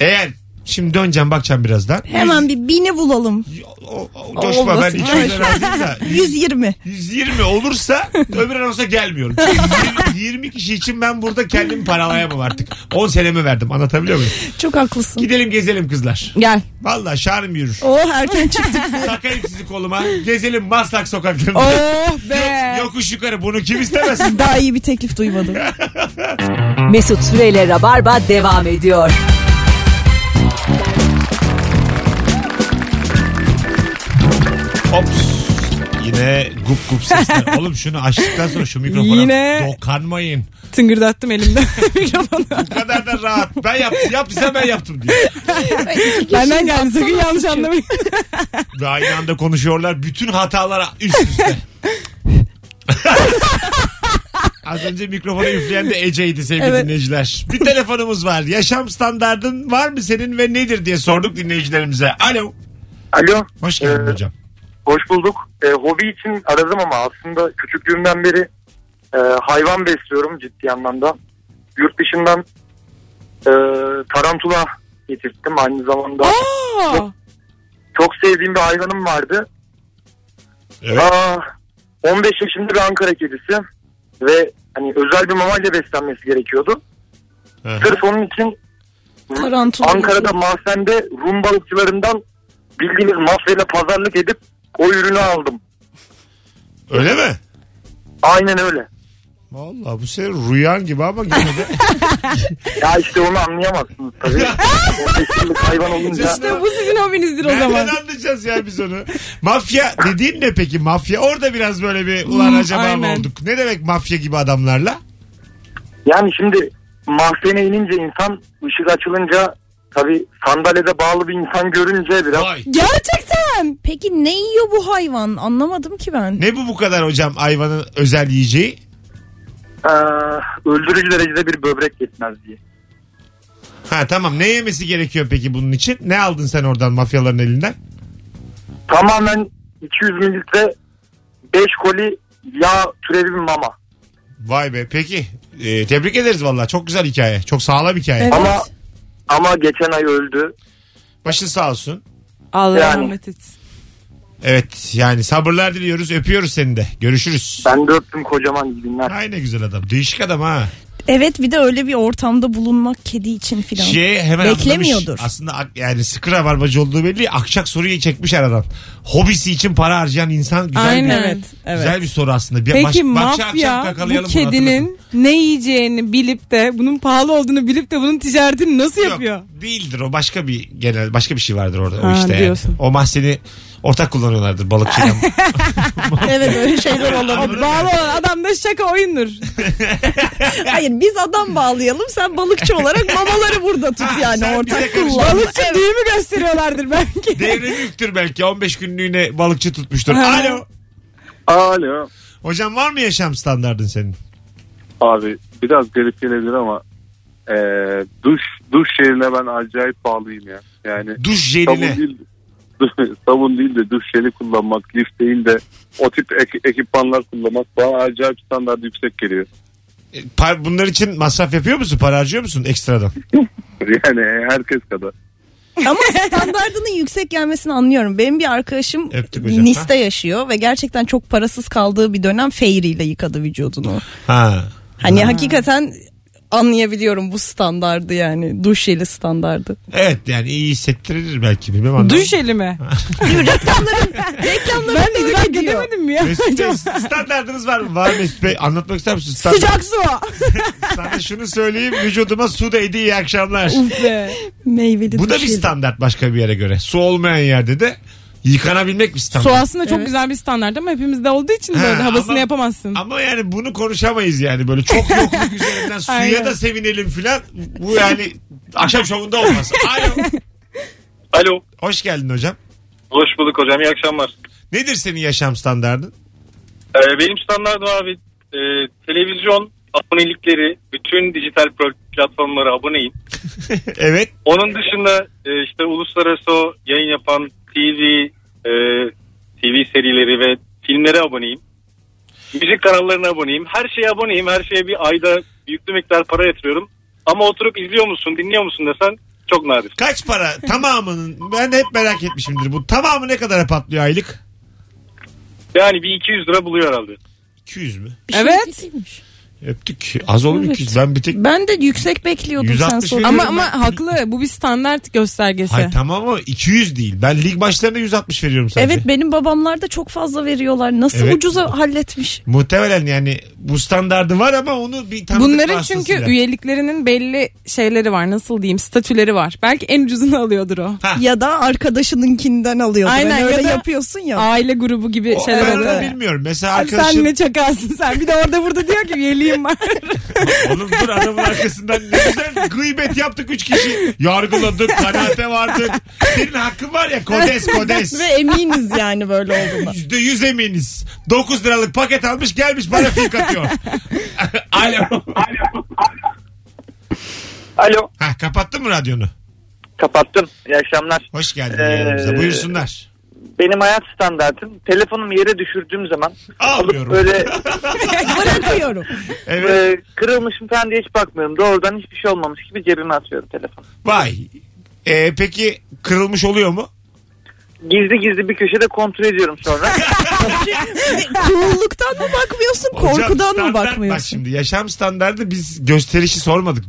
[SPEAKER 2] Eğer şimdi döneceğim bakacağım birazdan.
[SPEAKER 4] Hemen bir bini bulalım.
[SPEAKER 2] O, o, coşma ben
[SPEAKER 4] Olmasın.
[SPEAKER 2] 200'e razıyım da
[SPEAKER 4] 120.
[SPEAKER 2] 120 olursa öbür anonsa gelmiyorum. Çünkü 20, 20 kişi için ben burada kendimi paralayamam artık. 10 senemi verdim anlatabiliyor muyum?
[SPEAKER 4] Çok haklısın.
[SPEAKER 2] Gidelim gezelim kızlar.
[SPEAKER 3] Gel.
[SPEAKER 2] Vallahi şarım yürür.
[SPEAKER 4] O erken çıktık.
[SPEAKER 2] Takayım sizi koluma. Gezelim Maslak sokaklarında.
[SPEAKER 3] Oh be.
[SPEAKER 2] Yokuş yukarı bunu kim istemesin?
[SPEAKER 4] Daha iyi bir teklif duymadım.
[SPEAKER 1] Mesut Süreyle Rabarba devam ediyor.
[SPEAKER 2] Yine gup gup sesler. Oğlum şunu açtıktan sonra şu mikrofona
[SPEAKER 3] Yine-
[SPEAKER 2] dokanmayın.
[SPEAKER 3] Tıngırdattım elimde mikrofonu.
[SPEAKER 2] Bu kadar da rahat. Ben yaptım. Yaptıysa ben yaptım diye. şey
[SPEAKER 3] Benden geldi sakın yanlış anlamayın.
[SPEAKER 2] Ve aynı anda konuşuyorlar. Bütün hatalar üst üste. Az önce mikrofona üfleyen de Ece'ydi sevgili
[SPEAKER 3] Evet.
[SPEAKER 2] dinleyiciler. Bir telefonumuz var. Yaşam standardın var mı senin ve nedir diye sorduk dinleyicilerimize. Alo.
[SPEAKER 11] Alo.
[SPEAKER 2] Hoş geldin
[SPEAKER 11] Ee,
[SPEAKER 2] hocam.
[SPEAKER 11] Hoş bulduk. Ee, hobi için aradım ama aslında küçüklüğümden beri e, hayvan besliyorum ciddi anlamda. Yurt dışından e, tarantula getirttim aynı zamanda.
[SPEAKER 3] Aa!
[SPEAKER 11] Çok sevdiğim bir hayvanım vardı.
[SPEAKER 2] Evet.
[SPEAKER 11] Aa, 15 yaşında bir Ankara kedisi ve hani özel bir mamayla beslenmesi gerekiyordu.
[SPEAKER 2] Hı.
[SPEAKER 11] Sırf onun için
[SPEAKER 4] Tarantula.
[SPEAKER 11] Ankara'da Mahsen'de Rum balıkçılarından bildiğiniz mafyayla pazarlık edip o ürünü aldım.
[SPEAKER 2] Öyle mi?
[SPEAKER 11] Aynen öyle.
[SPEAKER 2] Vallahi bu senin rüyan gibi ama gene de.
[SPEAKER 11] Ya işte onu anlayamazsınız tabii. 15 yıllık hayvan olunca
[SPEAKER 3] İşte bu sizin hobinizdir o zaman.
[SPEAKER 2] Nereden anlayacağız ya biz onu? Mafya dediğin ne peki mafya? Orada biraz böyle bir ulan
[SPEAKER 3] Hmm,
[SPEAKER 2] acaba mı
[SPEAKER 3] aynen.
[SPEAKER 2] olduk? Ne demek mafya gibi adamlarla?
[SPEAKER 11] yani şimdi mahzene inince insan ışık açılınca tabii sandalyede bağlı bir insan görünce biraz
[SPEAKER 2] Vay.
[SPEAKER 3] Gerçekten.
[SPEAKER 4] Peki ne yiyor bu hayvan? Anlamadım ki ben.
[SPEAKER 2] Ne bu bu kadar hocam hayvanın özel yiyeceği?
[SPEAKER 11] eee, öldürücü derecede bir böbrek yetmez diye.
[SPEAKER 2] Ha tamam ne yemesi gerekiyor peki bunun için? Ne aldın sen oradan mafyaların elinden?
[SPEAKER 11] Tamamen 200 mililitre 5 koli yağ türevi bir mama.
[SPEAKER 2] Vay be peki. Ee, tebrik ederiz valla çok güzel hikaye. Çok sağlam hikaye.
[SPEAKER 3] Evet.
[SPEAKER 11] Ama ama geçen ay öldü.
[SPEAKER 2] Başın sağ olsun.
[SPEAKER 3] Allah
[SPEAKER 11] Yani.
[SPEAKER 3] rahmet etsin.
[SPEAKER 2] Evet yani sabırlar diliyoruz öpüyoruz seni de. Görüşürüz.
[SPEAKER 11] Ben de öptüm kocaman iyi günler.
[SPEAKER 2] Ay ne güzel adam. Değişik adam ha.
[SPEAKER 4] Evet bir de öyle bir ortamda bulunmak kedi için filan.
[SPEAKER 2] Şey hemen
[SPEAKER 4] Beklemiyordur.
[SPEAKER 2] anlamış. Aslında ak- yani sıkır rabarbacı olduğu belli. Akçak soruyu çekmiş aradan. Hobisi için para harcayan insan güzel
[SPEAKER 3] Aynen.
[SPEAKER 2] bir...
[SPEAKER 3] Evet, evet.
[SPEAKER 2] Güzel bir soru aslında. Bir
[SPEAKER 3] Peki
[SPEAKER 2] baş- bahçe akşam
[SPEAKER 3] mafya
[SPEAKER 2] kakalayalım
[SPEAKER 3] bu
[SPEAKER 2] bunu, hatırlatın.
[SPEAKER 3] kedinin ne yiyeceğini bilip de bunun pahalı olduğunu bilip de bunun ticaretini nasıl
[SPEAKER 2] Yok,
[SPEAKER 3] yapıyor?
[SPEAKER 2] değildir o başka bir genel başka bir şey vardır orada o
[SPEAKER 3] Ha,
[SPEAKER 2] işte. yani.
[SPEAKER 3] diyorsun.
[SPEAKER 2] O mahzeni ortak kullanıyorlardır balıkçıyla.
[SPEAKER 4] evet öyle şeyler
[SPEAKER 2] Anladın
[SPEAKER 4] olabilir.
[SPEAKER 2] mı?
[SPEAKER 3] Bağlı olan adam da şaka oyundur.
[SPEAKER 4] Hayır biz adam bağlayalım sen balıkçı olarak mamaları burada tut yani
[SPEAKER 2] sen bize
[SPEAKER 4] ortak
[SPEAKER 2] karışma.
[SPEAKER 4] kullan.
[SPEAKER 3] Balıkçı düğümü gösteriyorlardır belki.
[SPEAKER 2] Devrimi yüktür belki 15 günlüğüne balıkçı tutmuştur.
[SPEAKER 3] Ha.
[SPEAKER 2] Alo.
[SPEAKER 12] Alo.
[SPEAKER 2] Hocam var mı yaşam standardın senin?
[SPEAKER 12] Abi biraz garip gelebilir ama eee, duş duş yerine ben acayip bağlıyım ya. Yani
[SPEAKER 2] Duş
[SPEAKER 12] sabun
[SPEAKER 2] jeline.
[SPEAKER 12] değil, sabun değil de duş jeli kullanmak, lif değil de o tip ek- ekipmanlar kullanmak bana acayip standart yüksek geliyor.
[SPEAKER 2] E, par- Bunlar için masraf yapıyor musun? Para harcıyor musun ekstradan?
[SPEAKER 12] Yani herkes kadar.
[SPEAKER 4] Ama standartının yüksek gelmesini anlıyorum. Benim bir arkadaşım
[SPEAKER 2] Öptük hocam.
[SPEAKER 4] Nis'te yaşıyor ve gerçekten çok parasız kaldığı bir dönem Fairy ile yıkadı vücudunu.
[SPEAKER 2] Ha.
[SPEAKER 4] Hani hakikaten anlayabiliyorum bu standardı yani duş jeli standardı.
[SPEAKER 2] Evet yani iyi hissettirir belki bilmem anlamadım.
[SPEAKER 3] Duş eli mi?
[SPEAKER 4] Reklamları
[SPEAKER 3] Ben de
[SPEAKER 4] öyle
[SPEAKER 3] idrak
[SPEAKER 4] diyor.
[SPEAKER 3] edemedim mi ya?
[SPEAKER 2] Mesut Bey standartınız var mı? Var Mesut Bey anlatmak ister misin? Standart-
[SPEAKER 3] Sıcak su.
[SPEAKER 2] Sana şunu söyleyeyim vücuduma su değdi iyi akşamlar.
[SPEAKER 3] Uf be.
[SPEAKER 4] Meyveli
[SPEAKER 2] Bu da
[SPEAKER 4] duş
[SPEAKER 2] bir
[SPEAKER 4] jeli.
[SPEAKER 2] standart başka bir yere göre. Su olmayan yerde de yıkanabilmek bir standart.
[SPEAKER 3] Su aslında çok güzel bir standart ama hepimizde olduğu için
[SPEAKER 2] Ha,
[SPEAKER 3] böyle havasını
[SPEAKER 2] ama-
[SPEAKER 3] yapamazsın.
[SPEAKER 2] Ama yani bunu konuşamayız yani böyle çok yokluk üzerinden suya
[SPEAKER 3] Aynen.
[SPEAKER 2] da sevinelim filan. Bu yani akşam şovunda olmaz. Alo.
[SPEAKER 9] Alo.
[SPEAKER 2] Hoş geldin hocam.
[SPEAKER 9] Hoş bulduk hocam. İyi akşamlar.
[SPEAKER 2] Nedir senin yaşam standardın?
[SPEAKER 9] Ee, benim standartım abi e, televizyon abonelikleri bütün dijital pro- platformlara aboneyim.
[SPEAKER 2] evet.
[SPEAKER 9] Onun dışında e, işte uluslararası o yayın yapan TV e, TV serileri ve filmlere aboneyim. Müzik kanallarına aboneyim. Her şeye aboneyim. Her şeye bir ayda yüklü miktar para yatırıyorum. Ama oturup izliyor musun, dinliyor musun desen çok nadir.
[SPEAKER 2] Kaç para tamamının ben hep merak etmişimdir bu. Tamamı ne kadara patlıyor aylık?
[SPEAKER 9] Yani bir 200 lira buluyor herhalde.
[SPEAKER 2] 200 mü?
[SPEAKER 4] Bir şey
[SPEAKER 3] Evet.
[SPEAKER 4] değilmiş.
[SPEAKER 2] Öptük. Az oğlum
[SPEAKER 4] Evet.
[SPEAKER 2] 200. Ben bir tek...
[SPEAKER 4] Ben de yüksek bekliyordum sen
[SPEAKER 2] 160
[SPEAKER 4] sor.
[SPEAKER 3] Ama
[SPEAKER 2] veriyorum
[SPEAKER 3] ama haklı. Bu bir standart göstergesi.
[SPEAKER 2] Ay tamam ama 200 değil. Ben lig maçlarına 160 veriyorum sadece.
[SPEAKER 4] Evet benim babamlar da çok fazla veriyorlar. Nasıl
[SPEAKER 2] Evet.
[SPEAKER 4] ucuza halletmiş.
[SPEAKER 2] Muhtemelen yani bu standardı var ama onu bir tanıdık
[SPEAKER 3] Bunların çünkü
[SPEAKER 2] vasıtasıyla.
[SPEAKER 3] üyeliklerinin belli şeyleri var. Nasıl diyeyim? Statüleri var. Belki en ucuzunu alıyordur o.
[SPEAKER 4] Ya da arkadaşınınkinden alıyordu.
[SPEAKER 3] Aynen, ya
[SPEAKER 4] Aynen, öyle
[SPEAKER 3] da-
[SPEAKER 4] yapıyorsun ya.
[SPEAKER 3] Aile grubu gibi
[SPEAKER 2] O-
[SPEAKER 3] şeyler
[SPEAKER 2] ben onu
[SPEAKER 3] oluyor.
[SPEAKER 2] bilmiyorum. Mesela
[SPEAKER 3] Abi
[SPEAKER 2] arkadaşım...
[SPEAKER 3] Sen ne çakalsın sen. Bir de orada burada diyor ki üyeliğim var.
[SPEAKER 2] Oğlum dur adamın arkasından ne güzel gıybet yaptık üç kişi. Yargıladık, kanaate vardık. Senin hakkın var ya kodes kodes.
[SPEAKER 4] Ve eminiz yani böyle olduğuna.
[SPEAKER 2] Yüzde yüz eminiz. 9 liralık paket almış gelmiş bana fink atıyor. Alo.
[SPEAKER 5] Alo.
[SPEAKER 2] Hah, kapattın mı radyonu?
[SPEAKER 5] Kapattım. İyi akşamlar.
[SPEAKER 2] Hoş geldin
[SPEAKER 5] Ee,
[SPEAKER 2] yayınımıza. Buyursunlar.
[SPEAKER 5] Benim hayat standartım telefonumu yere düşürdüğüm zaman
[SPEAKER 2] Almıyorum.
[SPEAKER 5] alıp böyle
[SPEAKER 4] Bırakıyorum.
[SPEAKER 2] Evet.
[SPEAKER 5] e, kırılmışım falan diye hiç bakmıyorum. Doğrudan hiçbir şey olmamış gibi cebime atıyorum telefonu.
[SPEAKER 2] Vay. Ee, peki kırılmış oluyor mu?
[SPEAKER 5] Gizli gizli bir köşede kontrol ediyorum sonra.
[SPEAKER 4] Cool'luktan mı bakmıyorsun
[SPEAKER 2] Hocam,
[SPEAKER 4] korkudan mı
[SPEAKER 2] standart- Bak
[SPEAKER 4] bakmıyorsun?
[SPEAKER 2] şimdi yaşam standardı biz gösterişi sormadık.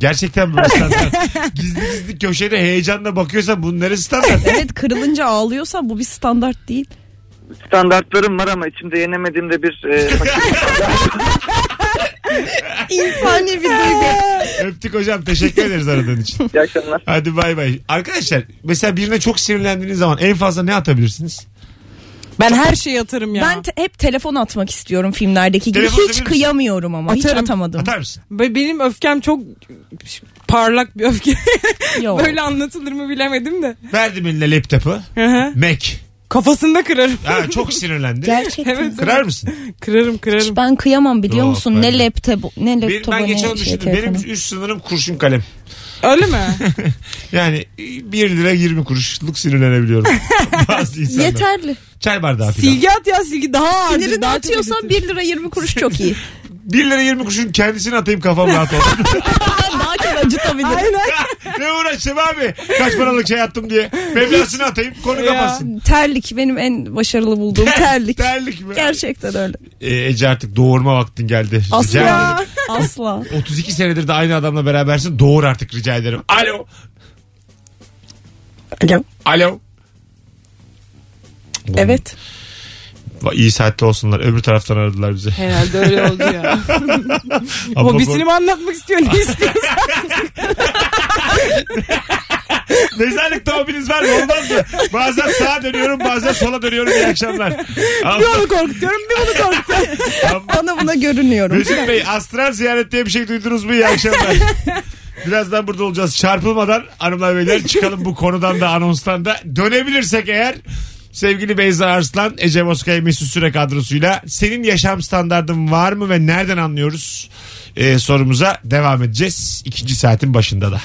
[SPEAKER 2] Gerçekten böyle standart. gizli gizli köşede heyecanla bakıyorsa bunları standart.
[SPEAKER 4] Evet kırılınca ağlıyorsa bu bir standart değil.
[SPEAKER 5] Standartlarım var ama içimde yenemediğimde bir e,
[SPEAKER 4] İnsani bir duygu.
[SPEAKER 2] Öptük hocam teşekkür ederiz aradığın için.
[SPEAKER 5] İyi akşamlar.
[SPEAKER 2] Hadi bay bay. Arkadaşlar mesela birine çok sinirlendiğiniz zaman en fazla ne atabilirsiniz?
[SPEAKER 3] Ben her şeyi atarım ya.
[SPEAKER 4] Ben te- hep telefon atmak istiyorum filmlerdeki gibi.
[SPEAKER 2] Telefon atabilir
[SPEAKER 4] Hiç
[SPEAKER 2] misin?
[SPEAKER 4] kıyamıyorum ama.
[SPEAKER 3] Atarım.
[SPEAKER 4] Hiç atamadım.
[SPEAKER 2] Atar mısın?
[SPEAKER 3] Be- Benim öfkem çok parlak bir öfke.
[SPEAKER 4] Yok.
[SPEAKER 3] Böyle anlatılır mı bilemedim de.
[SPEAKER 2] Verdim eline laptopu.
[SPEAKER 3] Hı hı.
[SPEAKER 2] Mac.
[SPEAKER 3] Kafasında kırarım.
[SPEAKER 2] Ha, çok sinirlendi.
[SPEAKER 4] Gerçekten.
[SPEAKER 3] Evet.
[SPEAKER 2] Kırar mısın?
[SPEAKER 3] Kırarım
[SPEAKER 4] Hiç
[SPEAKER 3] kırarım.
[SPEAKER 4] ben kıyamam biliyor
[SPEAKER 2] Yok,
[SPEAKER 4] musun?
[SPEAKER 2] ben de.
[SPEAKER 4] Ne laptopu ne
[SPEAKER 2] Benim,
[SPEAKER 4] laptopu
[SPEAKER 2] ben
[SPEAKER 4] ne
[SPEAKER 2] geçen onu
[SPEAKER 4] şey
[SPEAKER 2] düşündüm. Benim
[SPEAKER 4] telefonu.
[SPEAKER 2] üst sınırım kurşun kalem.
[SPEAKER 3] Öyle mi?
[SPEAKER 2] Yani 1 lira 20 kuruşluk sinirlenebiliyorum. Bazı insanlar.
[SPEAKER 4] Yeterli.
[SPEAKER 2] Çay bardağı filan.
[SPEAKER 3] silgi at ya silgi daha ağır.
[SPEAKER 4] Sinirini atıyorsan 1 lira 20 kuruş çok iyi.
[SPEAKER 2] 1 lira 20 kuruşun kendisini atayım kafam rahat olsun.
[SPEAKER 4] Daha çok acıtabilir.
[SPEAKER 3] Aynen.
[SPEAKER 2] ne uğraşacağım abi? Kaç paralık şey attım diye. Meblasını atayım konu
[SPEAKER 3] Ya.
[SPEAKER 2] kapatsın.
[SPEAKER 4] Terlik benim en başarılı bulduğum terlik.
[SPEAKER 2] Terlik mi?
[SPEAKER 4] Gerçekten öyle.
[SPEAKER 2] Ee, Ece artık doğurma vaktin geldi. Rica
[SPEAKER 4] Asla.
[SPEAKER 2] ederim.
[SPEAKER 4] Asla.
[SPEAKER 2] 32 senedir de aynı adamla berabersin. Doğur artık rica ederim. Alo.
[SPEAKER 4] Alo.
[SPEAKER 2] Alo.
[SPEAKER 4] Evet.
[SPEAKER 2] Va- İyi saatte olsunlar. Öbür taraftan aradılar bizi.
[SPEAKER 3] Herhalde öyle oldu ya.
[SPEAKER 2] Abla
[SPEAKER 3] Hobisini mi
[SPEAKER 2] kork-
[SPEAKER 3] anlatmak istiyor ne istiyor?
[SPEAKER 2] Mezarlıkta hobiniz var mı? Olmaz mı? Bazen sağa dönüyorum bazen sola dönüyorum. İyi akşamlar.
[SPEAKER 3] bir onu korkutuyorum bir bunu korkutuyorum.
[SPEAKER 2] Abla-
[SPEAKER 4] Bana buna görünüyorum.
[SPEAKER 2] Mesut Bey astral ziyaret diye bir şey duydunuz mu? İyi akşamlar. Birazdan burada olacağız. Çarpılmadan hanımlar beyler çıkalım bu konudan da anonstan da. Dönebilirsek eğer sevgili Beyza Arslan, Ece Moskaya Mesut Süre kadrosuyla senin yaşam standardın var mı ve nereden anlıyoruz Ee, sorumuza devam edeceğiz. ikinci saatin başında da.